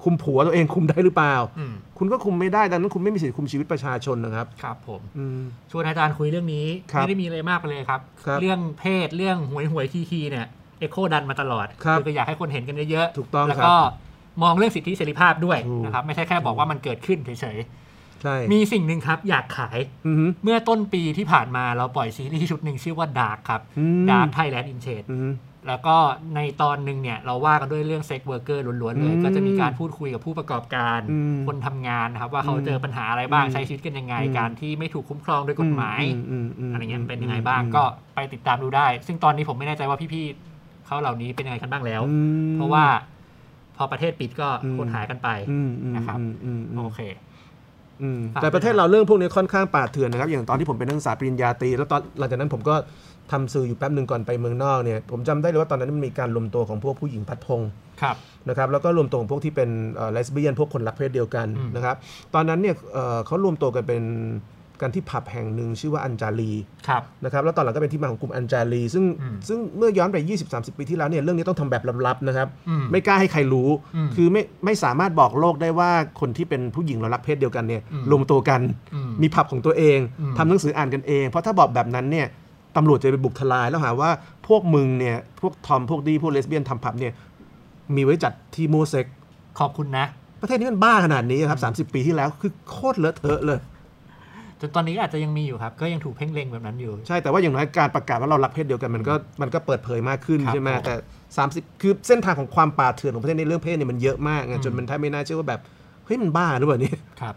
A: คุมผัวตัวเองคุมได้หรือเปล่า
B: อืม
A: คุณก็คุมไม่ได้ดังนั้นคุณไม่มีสิทธิ์คุมชีวิตประชาชนนะครับ
B: ครับผม
A: อืม
B: ชวนอาจารย์คุยเรื่องนี้
A: ครับ
B: ไม่ได้มีอะไรมากไปเลยครับ
A: ครับ
B: เรื่องเพศเรื่องหวยหวยคีคีเนี่ยเอโคดันมาตลอด
A: ครับ
B: ก็อยากให้คนเห็นกันเยอะๆ
A: ถูกต้อง
B: แล้ว
A: ครับ
B: ก็มองเรื่องสิทธิเสรีภาพด้วย
A: ถูก
B: นะครับ ไม่ใช่แค่บอกว่ามันเกิดขึ้นเฉย
A: ใช่
B: มีสิ่งหนึ่งครับ อยากขาย
A: อือฮึ
B: เมื่อต้นปีที่ผ่านมาเราปล่อยซีรีส์ชุดหนึ่งชื่อว่า Dark ครับ
A: อืม
B: Dark Thailand in Shade
A: อือฮึ
B: แล้วก็ในตอนหนึ่งเนี่ยเราว่ากันด้วยเรื่องเซ็กเวอร์เกอร์ล้วนๆเลย
A: อืม
B: ก็จะมีการพูดคุยกับผู้ประกอบการ
A: อืม
B: คนทำงานนะครับ ว่าเขาเจอปัญหาอะไรบ้าง
A: อืม
B: ใช้ชีวิตกันยังไง
A: อืม
B: การที่ไม่ถูกคุ้มครองโดยกฎหมาย
A: มมม
B: อะไรเงี้ยเป็นยังไงบ้างก็ไปติดตามดูได้ ซึ่งตอนนี้ผมไม่แน่ใจว่าพี่ๆเขาเหล่านี้เป็นยังไงกันบ้างแล้ว
A: อืม
B: เพราะว่าพอประเทศปิดก็
A: อืม
B: คนหายกันไป
A: อืมอืม
B: นะครับ
A: อืมอืมอืม
B: โอเค
A: อืม
B: ฝาก
A: แต่ประเทศ
B: ด้วยนะ
A: เราเรื่องพวกนี้ค่อนข้างป่าเถื่อนนะครับ อย่างตอนที่ผมเป็นนักศึกษาปริญญาตรีแล้วตอนหลังจากนั้นผมก็ทำสื่ออยู่แป๊บหนึ่งก่อนไปเมืองนอกเนี่ยผมจำได้เลยว่าตอนนั้นมันมีการรวมตัวของพวกผู้หญิงพัดพง
B: ครับ
A: นะครับแล้วก็รวมตัวของพวกที่เป็นเลสเบี้ยนพวกคนรักเพศเดียวกัน
B: อืม
A: นะครับตอนนั้นเนี่ยเอ่อเขารวมตัวกันเป็นกันที่ผับแห่งหนึ่งชื่อว่าอัญจาลี
B: ครับ
A: นะครับแล้วตอนหลังก็เป็นที่มาของกลุ่มอัญจาลี ซึ่ง
B: อืม
A: ซึ่งเมื่อย้อนไป 20-30 ปีที่แล้วเนี่ยเรื่องนี้ต้องทำแบบลับๆนะครับ
B: อืม
A: ไม่กล้าให้ใครรู้
B: อืม
A: คือไม่ไม่สามารถบอกโลกได้ว่าคนที่เป็นผู้หญิงเรารักเพศเดียวกันเนี่ย
B: อืม
A: รวมตัวกัน
B: อืม
A: มีผับของตัวเอง
B: อืม
A: ทำหนังสืออ่านกันเอง เพราะถ้าบอกแบบนั้นเนี่ยตำรวจจะไปบุกทลายแล้วหาว่าพวกมึงเนี่ยพวกทอมพวกดีพวกเลสเบี้ยนทำผับเนี่ยมีไว้จัดที่โมวเซ็ก
B: ขอบคุณนะ
A: ประเทศนี้มันบ้าขนาดนี้ครับ 30 ปีที่แล้วคือโคตรเลอะเทอะเลย
B: จนตอนนี้ก็อาจจะยังมีอยู่ครับ ก็ยังถูกเพ่งเล็งแบบนั้นอยู่
A: ใช่แต่ว่าอย่างน้อยการประกาศว่าเรารักเพศเดียวกันมันก็มันก็เปิดเผยมากขึ้น
B: ครับ
A: ใช่ไหม
B: ผม
A: แต่ 30 คือเส้นทางของความป่าเถื่อนของประเทศในเรื่องเพศเนี่ยมันเยอะมากไง
B: อืม
A: จนมันแทบไม่น่าเชื่อว่าแบบเฮ้ยมันบ้าหรือเปล่าเนี่ย
B: ครับ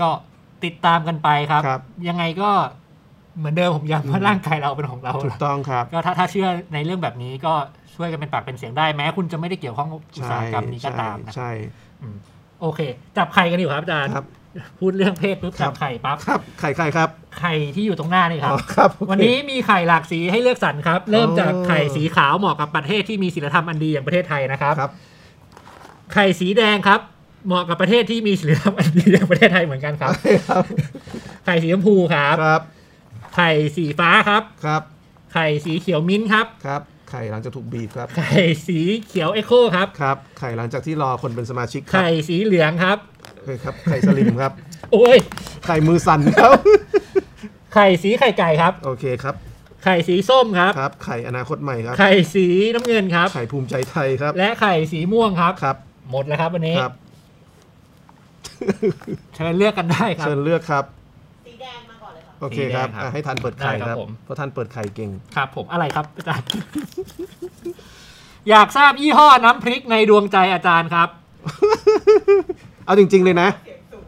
B: ก็ติดตามกันไปครับ
A: ครับ
B: ยังไงก็เหมือนเดิมผมย้ำว่าร่างกายเราเป็นของเรา
A: ถูกต้องครับ
B: ก็ถ้าถ้าเชื่อในเรื่องแบบนี้ก็ช่วยกันเป็นปากเป็นเสียงได้แม้คุณจะไม่ได้เกี่ยวข้องกับอุตสาหกรรมนี้ก็ตามนะ
A: ใช่
B: อืมโอเค จับไข่กันอยู่ครับอาจารย์
A: ครับ
B: พูดเรื่องเพศปุ๊บ
A: ครั
B: จั
A: บ
B: บไข่ปั๊บ
A: ใช่ครับไข่ไข่ครับ
B: ไข่ที่อยู่ตรงหน้านี่ค
A: อ๋
B: รั
A: อบ ครับโอเค
B: วันนี้มีไข่หลากสีให้เลือกสรรครับ เริ่มจาก
A: อ๋อ
B: ไข่สีขาวเหมาะกับประเทศที่มีศีลธรรมอันดีอย่างประเทศไทยนะครับ
A: ครับ
B: ไข่สีแดงครับ เหมาะกับประเทศที่มีศีลธรรมอันดีอย่างประเทศไทยเหมือนกันครับ
A: ครับ
B: ไข่สีชมพูครับ
A: ครับ
B: ไข่สีฟ้าครับ
A: ครับ
B: ไข่สีเขียวมิ้นท์ครับ
A: ครับไข่หลังจากถูกบีบครับ
B: ไข่สีเขียวเอ็โคครับ
A: ครับ ไข่หลังจากที่รอคนเป็นสมาชิกครับ
B: ไข่สีเหลืองครับ
A: เออครับไข่สลิมครับ
B: โอ้ย
A: ไข่มือสั่นครับ
B: ไข่สีไข่ไก่ครับ
A: โอเคครับ
B: ไข่สีส้มครับ
A: ครับ ไข่อนาคตใหม่ครับ
B: ไข่สีน้ำเงินครับ
A: ไข่ภูมิใจไทยครับ
B: และไข่สีม่วงครับ
A: ครับ
B: หมดแล้วครับวันนี้
A: ครับ
B: เชิญเลือกกันได้ครับ
A: เชิญเลือกครับ
C: สีแดงมาก่อนเลยค่ะ
A: โอเคครับ
B: สีแดงครับ
A: อ่ะให้ทันเปิดไข่ค
B: ได้ครั
A: รับบ
B: ผม
A: เพราะทันเปิดไข่เก่ง
B: ครับ ผมอะไรครับอาจารย์ อยากทราบยี่ห้อน้ำพริกในดวงใจอาจารย์ครับ
A: เอาจริง ๆ เลยนะ
C: เสียงสูง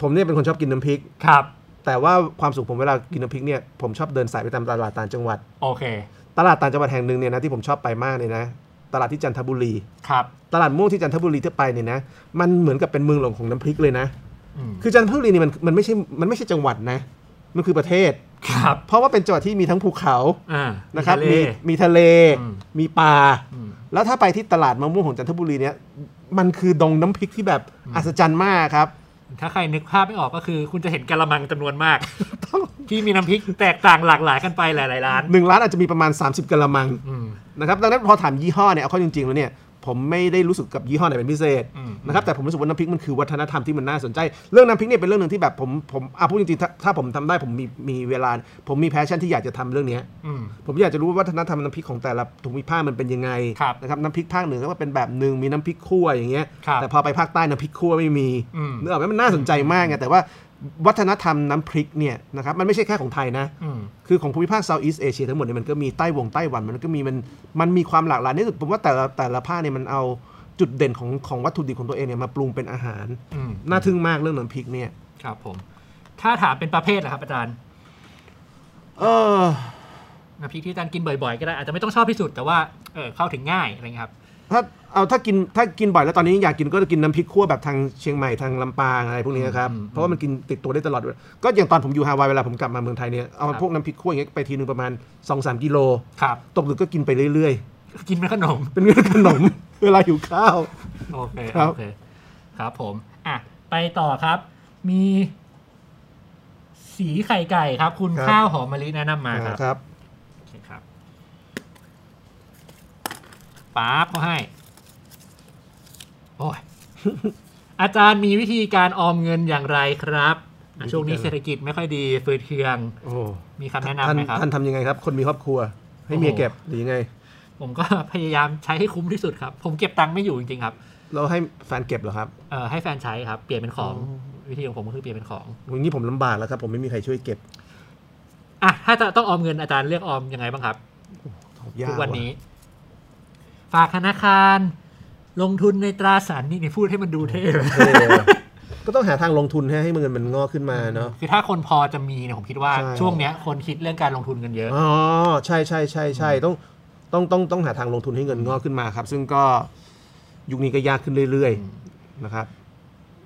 A: ผมเนี่ยเป็นคนชอบกินน้ำพริก
B: ครับ
A: แต่ว่าความสุขผมเวลากินน้ำพริกเนี่ยผมชอบเดินสายไปตามตลาดต่างจังหวัด
B: โอเค
A: ตลาดต่างจังหวัดแห่งหนึ่งเนี่ยนะที่ผมชอบไปมากเลยนะ ตลาดที่จันทบุรี
B: ครับ
A: ตลาดม่วงที่จันทบุรีที่ไปเนี่ยนะมันเหมือนกับเป็นเมืองหลวงของน้ำพริกเลยนะ
B: อืม
A: คือจันทบุรีนี่มันมันไม่ใช่มันไม่ใช่จังหวัดนะมันคือประเทศ
B: ครับ
A: เพราะว่าเป็นจังหวัดที่มีทั้งภูเขา
B: อ่า
A: นะ
B: นะครับ มี
A: มีมีทะเล
B: อืม
A: มีป่า
B: อืม
A: แล้วถ้าไปที่ตลาดมะม่วงของจันทบุรีเนี่ยมันคือดงน้ำพริกที่แบบ
B: อืม
A: อัศจรรย์มากครับ
B: ถ้าใครนึกภาพไม่ออกก็คือ คุณจะเห็นกะละมังจำนวนม าก ที่มีน้ำพริกแตกต่างหลากหลายกันไปหลาย ๆ ร้าน
A: หนึ่งร้านอาจจะมีประมาณ 30กะละมัง
B: อืม
A: นะครับดังนั้นพอถามยี่ห้อเนี่ยเอาเข้าจริงๆแล้วเนี่ยผมไม่ได้รู้สึกกับยี่ห้อไหนเป็นพิเศษ
B: อืม
A: นะครับแต่ผมรู้สึกว่าน้ำพริกมันคือวัฒนธรรมที่มันน่าสนใจ เรื่องน้ำพริกเนี่ยเป็นเรื่องหนึ่งที่แบบผมผมเอาพูดจริงๆถ้าถ้าผมทำได้ผมมีมีเวลา ผมมีแพชชั่นที่อยากจะทำเรื่องเนี้ย
B: อืม
A: ผมอยากจะรู้ว่าวัฒนธรรมน้ำพริกของแต่ละภูมิภาคมันเป็นยังไง
B: ครับ
A: นะครับน้ำพริกภาคเหนือก็เป็นแบบหนึ่งมีน้ำพริกคั่วอย่างเงี้ย
B: ครับ
A: แต่พอไปภาคใต้น้ำพริกคั่วไม่มี
B: อืม
A: นึกออกไหมมันน่าสนใจมากไงแต่ว่าวัฒนธรรมน้ำพริกเนี่ยนะครับมันไม่ใช่แค่ของไทยนะ
B: อืม
A: คือของภูมิภาคเซาท์อีสเอเชียทั้งหมดเนี่ยมันก็มีไต้หวงไต้หวันมันก็มีมันมันมีความหลากหลายในที่สุดผมว่าแต่ละแต่ละภาคเนี่ยมันเอาจุดเด่นของของวัตถุดิบของตัวเองเนี่ยมาปรุงเป็นอาหาร
B: อืม
A: น่าทึ่งมากเรื่องน้ำพริกเนี่ย
B: ครับผม ถ้าถามเป็นประเภทนะครับอาจารย์
A: เออ
B: น้ำพริกที่อาจารย์กินบ่อย ๆ ก็ได้ อาจจะไม่ต้องชอบที่สุด แต่ว่า เออเข้าถึงง่ายอะไรเงี้ยครับ
A: ถ้าเอาถ้ากินถ้ากินบ่อยแล้วตอนนี้อยากกินก็จะกินน้ำพริกคั่วแบบทางเชียงใหม่ทางลำปางอะไรพวกนี้ครับ
B: อืมอืม
A: เพราะว่ามันกินติดตัวได้ตลอดเวลาก็อย่างตอนผมอยู่ฮาวายเวลาผมกลับมาเมืองไทยเนี่ยเอา
B: ครับ
A: พวกน้ำพริกคั่วอย่างเงี้ยไปทีนึงประมาณ 2-3 กิโล
B: ครับ
A: ตกดึกก็กินไปเรื่อย
B: กินเป็นขนม
A: ๆ เป็นเรื่องขนม เวลาหิวข้าว
B: โอเค
A: ครับ
B: โอเค ครับผม อ่ะ ไปต่อครับ มี สีไข่ไก่ครับ คุณข้าวหอมมะลิแนะนำมาครับ
A: ครับ
B: โอเคครับป๊าบเขาให้ โอ้ย อาจารย์มีวิธีการออมเงินอย่างไรครับอ่ะช่วงนี้เศรษฐกิจไม่ค่อยดีฝืดเคือง
A: โอ้
B: มีคำแนะนำไหมครับ
A: ท่านทำยังไงครับ คนมีครอบครัว ให้เมียเก็บหรือยังไง
B: ผมก็ พยายามใช้ให้คุ้มที่สุดครับ ผมเก็บตังค์ไม่อยู่จริงๆครับ
A: เราให้แฟนเก็บเหรอครับ
B: เอ่อให้แฟนใช้ครับ เปลี่ยนเป็นของ วิธีของผมก็คือเปลี่ยนเป็นของ
A: อย่างนี้ผมลำบากแล้วครับ ผมไม่มีใครช่วยเก็บ
B: อ่ะถ้าจะต้องออมเงินอาจารย์เลือกออมยังไงบ้างครับ
A: ตอบยา
B: ทุกวัน
A: ว่ะ
B: นี้ ฝากธนาคาร ลงทุนในตราสารหนี่นี่พูดให้มันดูเท่เลย
A: เออ ก็ต้องหาทางลงทุนให้ให้เงินมันงอกขึ้นมาเนาะ
B: คือถ้าคนพอจะมีเนี่ยผมคิดว่า
A: ใช่
B: ช่วงเนี้ย คนคิดเรื่องการลงทุนกันเยอะ
A: อ๋อใช่ใช่ใช่ใช่ต้องต้องต้องต้องหาทางลงทุนให้เงินงอกขึ้นมาครับ ซึ่งก็ยุคนี้ก็ยากขึ้นเรื่อยๆนะครับ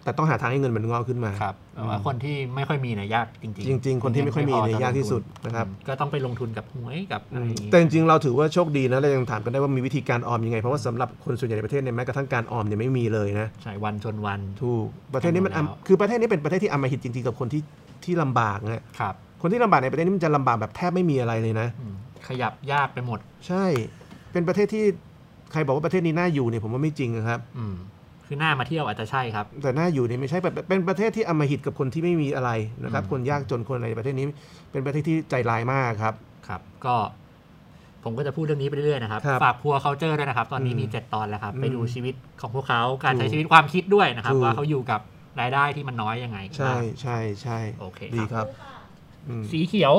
A: แต่ต้องหาทางให้เงินมันงอกขึ้นมา
B: ครับแต่ว่าคนที่ไม่ค่อยมีเนี่ยยากจริง
A: จริง ๆ คนที่ไม่ค่อยมีเนี่ย
B: พจะ
A: ยากที่สุด
B: ลงทุ
A: นะครับ
B: อืมก็ต้องไปลงทุนกับหวยกับอะไรอย่างงี้
A: แต่จริงๆเราถือว่าโชคดีนะเรายังถามกันได้ว่ามีวิธีการออมยังไง เพราะว่าสำหรับคนส่วนใหญ่ในประเทศเนี่ยแม้กระทั่งการออมเนี่ยไม่มีเลยนะ
B: ใช่วันจนวัน
A: ถูกประเทศนี้มันอำคือประเทศนี้เป็นประเทศที่อำมหิตจริงๆกับคนที่ที่ลำบากนะครับคนที่ลำบากในประเทศนี้มันจะลำบากแบบแทบไม่มีอะไรเลยนะ
B: อืมขยับยากไปหมด
A: ใช่ เป็นประเทศที่ใครบอกว่าประเทศนี้น่าอยู่เนี่ยผมว่าไม่จริงนะครับ
B: อืม คือหน้ามาเที่ยวอาจจะใช่ครับ
A: แต่น่าอยู่เนี่ยไม่ใช่แบบเป็นประเทศที่อำมหิตกับคนที่ไม่มีอะไรนะครับ
B: อืม
A: คนยากจนคนอะไรในประเทศนี้ เป็นประเทศที่ใจร้ายมากครับ
B: ครับ ก็ ผมก็จะพูดเรื่องนี้ไปเรื่อยๆนะครับ
A: ครับ
B: ฝากพัวเคาเจอร์ด้วยนะครับ ตอนนี้
A: อืม
B: มี 7 ตอนแล้วครับ
A: อืม
B: ไปดูชีวิตของพวกเขาการ
A: ถูก
B: ใช้ชีวิตความคิดด้วยนะครับ
A: ถูก
B: ว่าเขาอยู่กับรายได้ที่มันน้อยยังไง
A: ใช่
B: บ้าง
A: ใช่ใช่
B: โอเค
A: ดี
B: ค
A: ครับ รับอืม
B: สีเขียว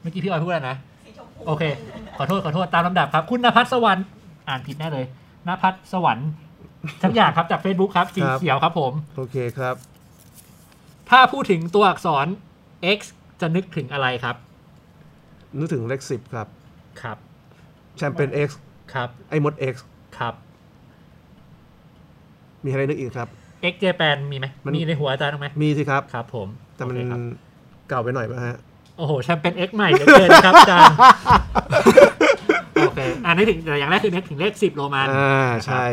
B: เมื่อกี้พี่ออยพูดแล้วนะ
C: สีชมพู
B: โอเค ขอโทษ ขอโทษ ตามลำดับครับ คุณนภัสสวรรค์อ่านผิดแน่เลยนภัสสวรรค์ทั้งอย่างครับจาก Facebook ครับ สีเขียวครับผม
A: โอเคครับ
B: ถ้าพูดถึงตัวอักษร X จะนึกถึงอะไรครับ
A: นึกถึงเลขสิบครับ
B: ครับ
A: แชมเปญ X
B: ครับ
A: ไอ้มด X
B: ครับ
A: มีอะไรนึกอีกครับ
B: เอ็กเจแปนมีไหม
A: มัน
B: มีในหัวอาจารย์บ้างไหม
A: มีสิครับ
B: ครับผม
A: แต่มัน
B: โอเคครับ
A: เก่าไปหน่อยป่ะฮะ
B: โอ้โหแชมเปญเอ็กใหม่เหลือเกินนะครับอาจ ารย์ โอเคอ่านได้ถึงแต่อย่างแรกคือนึกถึงเลขสิบโรมัน
A: อ่าใช่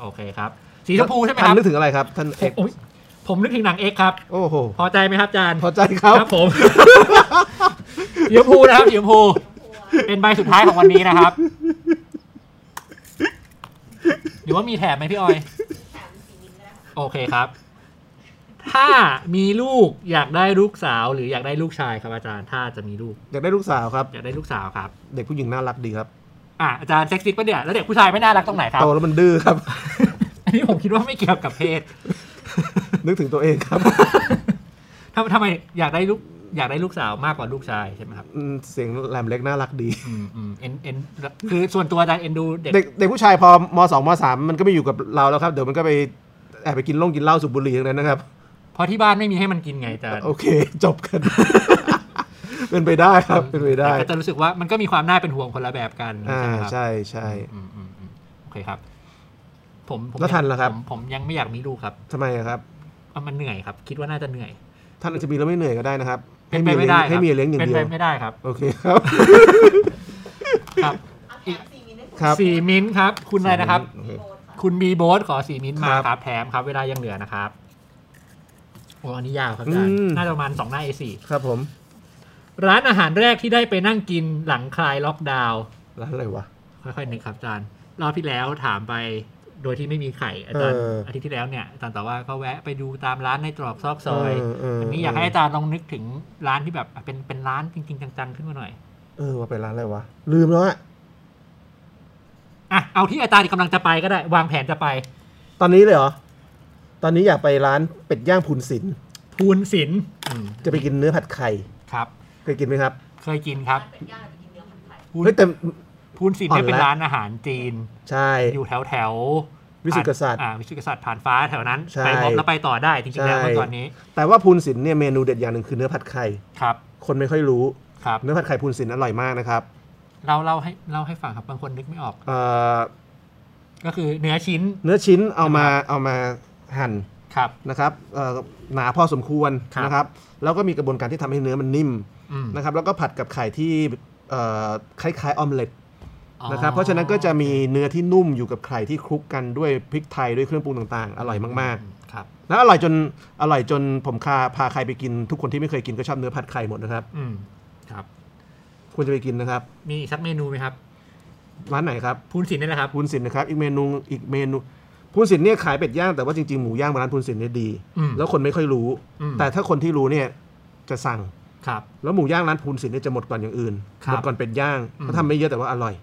B: โอเคครับ สีชมพูใช่ไหมค
A: ท่า
B: รับ
A: นนึกถึงอะไรครับท่าน X
B: โอ้ยผมนึกถึงหนังเอ็กครับ
A: โอ้โห
B: พอใจไหมครับอาจารย์
A: พอใจครับ
B: ผม สีชมพูนะครับสีชมพูเป็นใบสุดท้ายของวันนี้นะครับหรือว่ามีแถมไหมพี่ออย
C: แถมสีมิ้นท์ก็ได้ค่ะ
B: โอเคครับ ถ้ามีลูกอยากได้ลูกสาวหรืออยากได้ลูกชายครับอาจารย์ ถ้าจะมีลูก
A: อยากได้ลูกสาวครับ
B: อยากได้ลูกสาวครับ
A: เด็กผู้หญิงน่ารักดีครับ
B: อ่ะอาจารย์เซ็กซิกปะเนี่ยแล้วเด็กผู้ชายไม่น่ารักตรงไหนครับ
A: โตแล้วมันดื้อครับ
B: อันนี้ผมคิดว่าไม่เกี่ยวกับเพศ
A: นึกถึงตัวเองครับ
B: ทำทำไมอยากได้ลูกอยากได้ลูกสาวมากกว่าลูกชายใช่ไหมครับ
A: อืมเสียงแหลมเล็กน่ารักดี
B: อืมอืมเอ็นเอ็นคือส่วนตัวอาจารย์เอ็นดูเด็ก
A: เด็กเด็กผู้ชายพอมสองมสามมันก็ไม่อยู่กับเราแล้วครับ เดี๋ยวมันก็ไปแอบไปกินล่งกินเหล้าสูบบุหรี่ทั้งนั้น นะครับ
B: เพราะที่บ้านไม่มีให้มันกินไงอาจารย์
A: โอเค จบกัน เป็นไปได้ ครับ เป็นไปได้
B: แต่ก็จะรู้สึกว่ามันก็มีความน่าเป็นห่วงคนละแบบกัน
A: อ่า
B: ใช่ไหมครับ
A: ใช่ใช่
B: อืมอืมอืมโอเคครับ ผมผม
A: แล้วทันเหรอครับ
B: ผมผมยังไม่อยากมีลูกครับ
A: ทำไมอะครับ
B: อ่ะมันเหนื่อยครับ คิดว่าน่าจะเหนื่อย
A: ท่านอาจจะมีแล้วไม่เหนื่อยก็ได้นะครับ
B: เป็
A: ให้
B: นไป
A: มี
B: ไม่
A: เลี้ย
B: ได้
A: งให้มีเลี้ยงอย่างเดียว
B: เป็นไปไม่ได้ครับ
A: โอเคครับ
B: ครับ
C: เอาแถมสีมิ้นท์ให้คุณ
A: ครับ
B: สีมิ้นท์ครับ คุณอะไรนะครับ
A: โอเค
C: โบนค่ะ
B: คุณบีโบสขอสีมิ้นท์มา
A: ครับ
B: ครับ แถมครับ เวลายังเหลือนะครับโอ้อันนี้ยาวครับ
A: อื
B: อาม จารย์น่าจะประมาณสองหน้า A4
A: ครับผม
B: ร้านอาหารแรกที่ได้ไปนั่งกินหลังคลายล็อกดาวน์
A: ร้านอะไรวะ
B: ค่อยๆนึกครับอาจารย์รอบที่แล้วถามไปโดยที่ไม่มีไข่อาจารย์
A: เอออ
B: อาทิตย์ที่แล้วเนี่ยอาจารย์แต่ว่าก็แวะไปดูตามร้านในตรอกซอกซอย
A: เออเอออั
B: อันนี้อยากให้อาจารย์ลองนึกถึงร้านที่แบบอ่ะเป็นเป็นร้านจริง ๆ จังๆขึ้นมาหน่อย
A: เออว่าไปร้านอะไรวะ ลืมแล้วอะ
B: อ่ะเอาที่อาจารย์กำลังจะไปก็ได้ วางแผนจะไป
A: ตอนนี้เลยเหรอ ตอนนี้อยากไปร้านเป็ดย่างพูนศิลป์
B: ภูนศิลป์อืม
A: จะไปกินเนื้อผัดไข่
B: ครับ
A: เคยกินไหมครับ
B: เคยกินครับ
C: เป็นย่างไปกินเนื้อผัดไทย
B: ภูน
A: เฮ้ยแต่
B: ภูนศิลป์
A: อ่อน
B: เนี่ยเป็น
A: ละ
B: ร้านอาหารจีน
A: ใช่
B: อยู่แถวแถวๆ
A: วิสุทธิกษัตริย์
B: อ่าวิสุทธิกษัตริย์ผ่านฟ้าแถวนั้น
A: ใช่
B: ไปม็อบแล้วไปต่อได้จริงๆแล้ว
A: ใช่
B: เมื่อก่อนนี้
A: แต่ว่าพูนศิลป์เนี่ยเมนูเด็ดอย่างหนึ่งคือเนื้อผัดไข่
B: ครับ
A: คนไม่ค่อยรู้
B: ครับ
A: เนื้อผัดไข่พูนศิลป์อร่อยมากนะครับ
B: เราเล่าให้เล่าให้ฟังครับบางคนนึกไม่ออก
A: เอ่อ
B: ก็คือเนื้อชิ้น
A: เนื้อชิ้นเอามาเอามาหั่น
B: ครับ
A: นะครับเอ่อหนาพอสมควร
B: ครับ
A: นะครับ แล้วก็มีกระบวนการที่ทำให้เนื้อมันนิ่ม
B: อืม
A: นะครับ แล้วก็ผัดกับไข่ที่เอ่อคล้ายๆออมเล็ต
B: อ๋อ
A: นะครับ เพราะฉะนั้นก็จะมีเนื้อที่นุ่มอยู่กับไข่ที่คลุกกันด้วยพริกไทยด้วยเครื่องปรุงต่างๆ อร่อยมาก
B: ครับ
A: ๆแล้วอร่อยจนอร่อยจนผมพาพาใครไปกิน ทุกคนที่ไม่เคยกินก็ชอบเนื้อผัดไข่หมดนะครับ
B: อืมครับ
A: ควรจะไปกินนะครับ
B: มีอีกสักเมนูไหมครับ
A: ร้านไหนครับ
B: ภูนศิลป์นี่แหละครับ
A: พูนสินนะครับ อีกเมนูอีกเมนูพูนสินเนี่ยขายเป็ดย่างแต่ว่าจริงๆหมูย่างร้านพูนสินเนี่ยดี
B: อืม
A: แล้วคนไม่ค่อยรู้
B: อืม
A: แต่ถ้าคนที่รู้เนี่ยจะสั่ง
B: ครับ
A: แล้วหมูย่างร้านพูนสินเนี่ยจะหมดก่อนอย่างอื่น
B: ค
A: ห
B: รับ
A: มดก่อนเป็ดย่าง
B: อืม
A: เขาทำไม่เยอะแต่ว่าอร่อย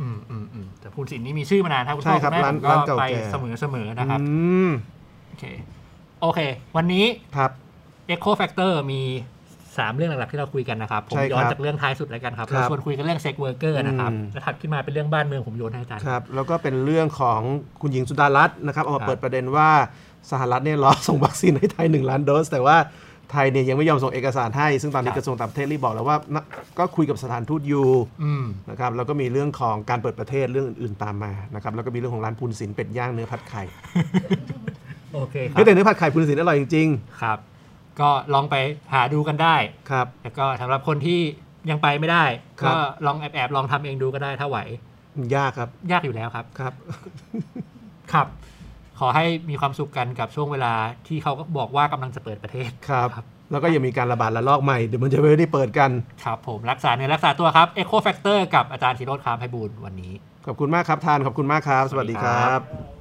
B: อืมอืมอืมแต่ภูนศิลป์นี่มีชื่อมานานถ้าคุณพ่
A: ใช่
B: อ
A: ครั
B: คุ
A: บ
B: ณแม่
A: ร้าน
B: ผม
A: ร้าน
B: ก็
A: เก่า
B: ไป
A: แก่
B: เสมอๆนะครับ
A: อืม
B: โอเค โอเค วันนี้
A: ครับ
B: Echo Factor มี 3 เรื่องหลักๆที่เราคุยกันนะครับ ผม
A: ใช่ครับ
B: ย้อนจากเรื่องท้ายสุดแล้วกันครับ
A: ครับ
B: เราชวนคุยกันเรื่องเซ็กเวอร์เกอร์นะครับ
A: อืม
B: แล้วถัดขึ้นมาเป็นเรื่องบ้านเมืองผมโยนให้อาจารย์
A: ครับ แล้วก็เป็นเรื่องของคุณหญิงสุดารัตน์นะครับเอา
B: ครั
A: มา
B: บ
A: เปิดประเด็นว่าสหรัฐเนี่ยรอส่งวัคซีนให้ไทย 1 ล้านโดส แต่ว่าไทยเนี่ยยังไม่ยอมส่งเอกสารให้ ซึ่งตอนนี้กระทรวงต่างประเทศรีบบอกแล้วว่านะก็คุยกับสถานทูตอยู่
B: อืม
A: นะครับแล้วก็มีเรื่องของการเปิดประเทศเรื่องอื่นๆตามมานะครับแล้วก็มีเรื่องของร้านพูนศิลป์เป็ดย่างเนื้อผัดไข่
B: โอเคค
A: เฮ้
B: รั
A: ย
B: บ
A: แต่เนื้อผัดไข่พูนศิลป์อร่อยจริง
B: ครับ ก็ลองไปหาดูกันได้
A: ๆครับ
B: แล้วก็สำหรับคนที่ยังไปไม่ได้
A: ครับ
B: ก็ลองแอบๆลองทำเองดูก็ได้ถ้าไหว
A: ยากครับ
B: ยากอยู่แล้วครับ
A: ครับ
B: ครับ ขอให้มีความสุขกันกับช่วงเวลาที่เขาก็บอกว่ากำลังจะเปิดประเทศ
A: ครับ
B: ครับ
A: แล้วก็ยังมีการระบาดระลอกใหม่ เดี๋ยวมันจะไม่ได้เปิดกัน
B: ครับผมรักษาเนื้อรักษาตัวครับ Echo Factor กับอาจารย์ธีโรจน์คามไพบูลย์วันนี้
A: ขอบคุณมากครับทาน ขอบคุณมากครับ สวัสดีครับ
C: เลย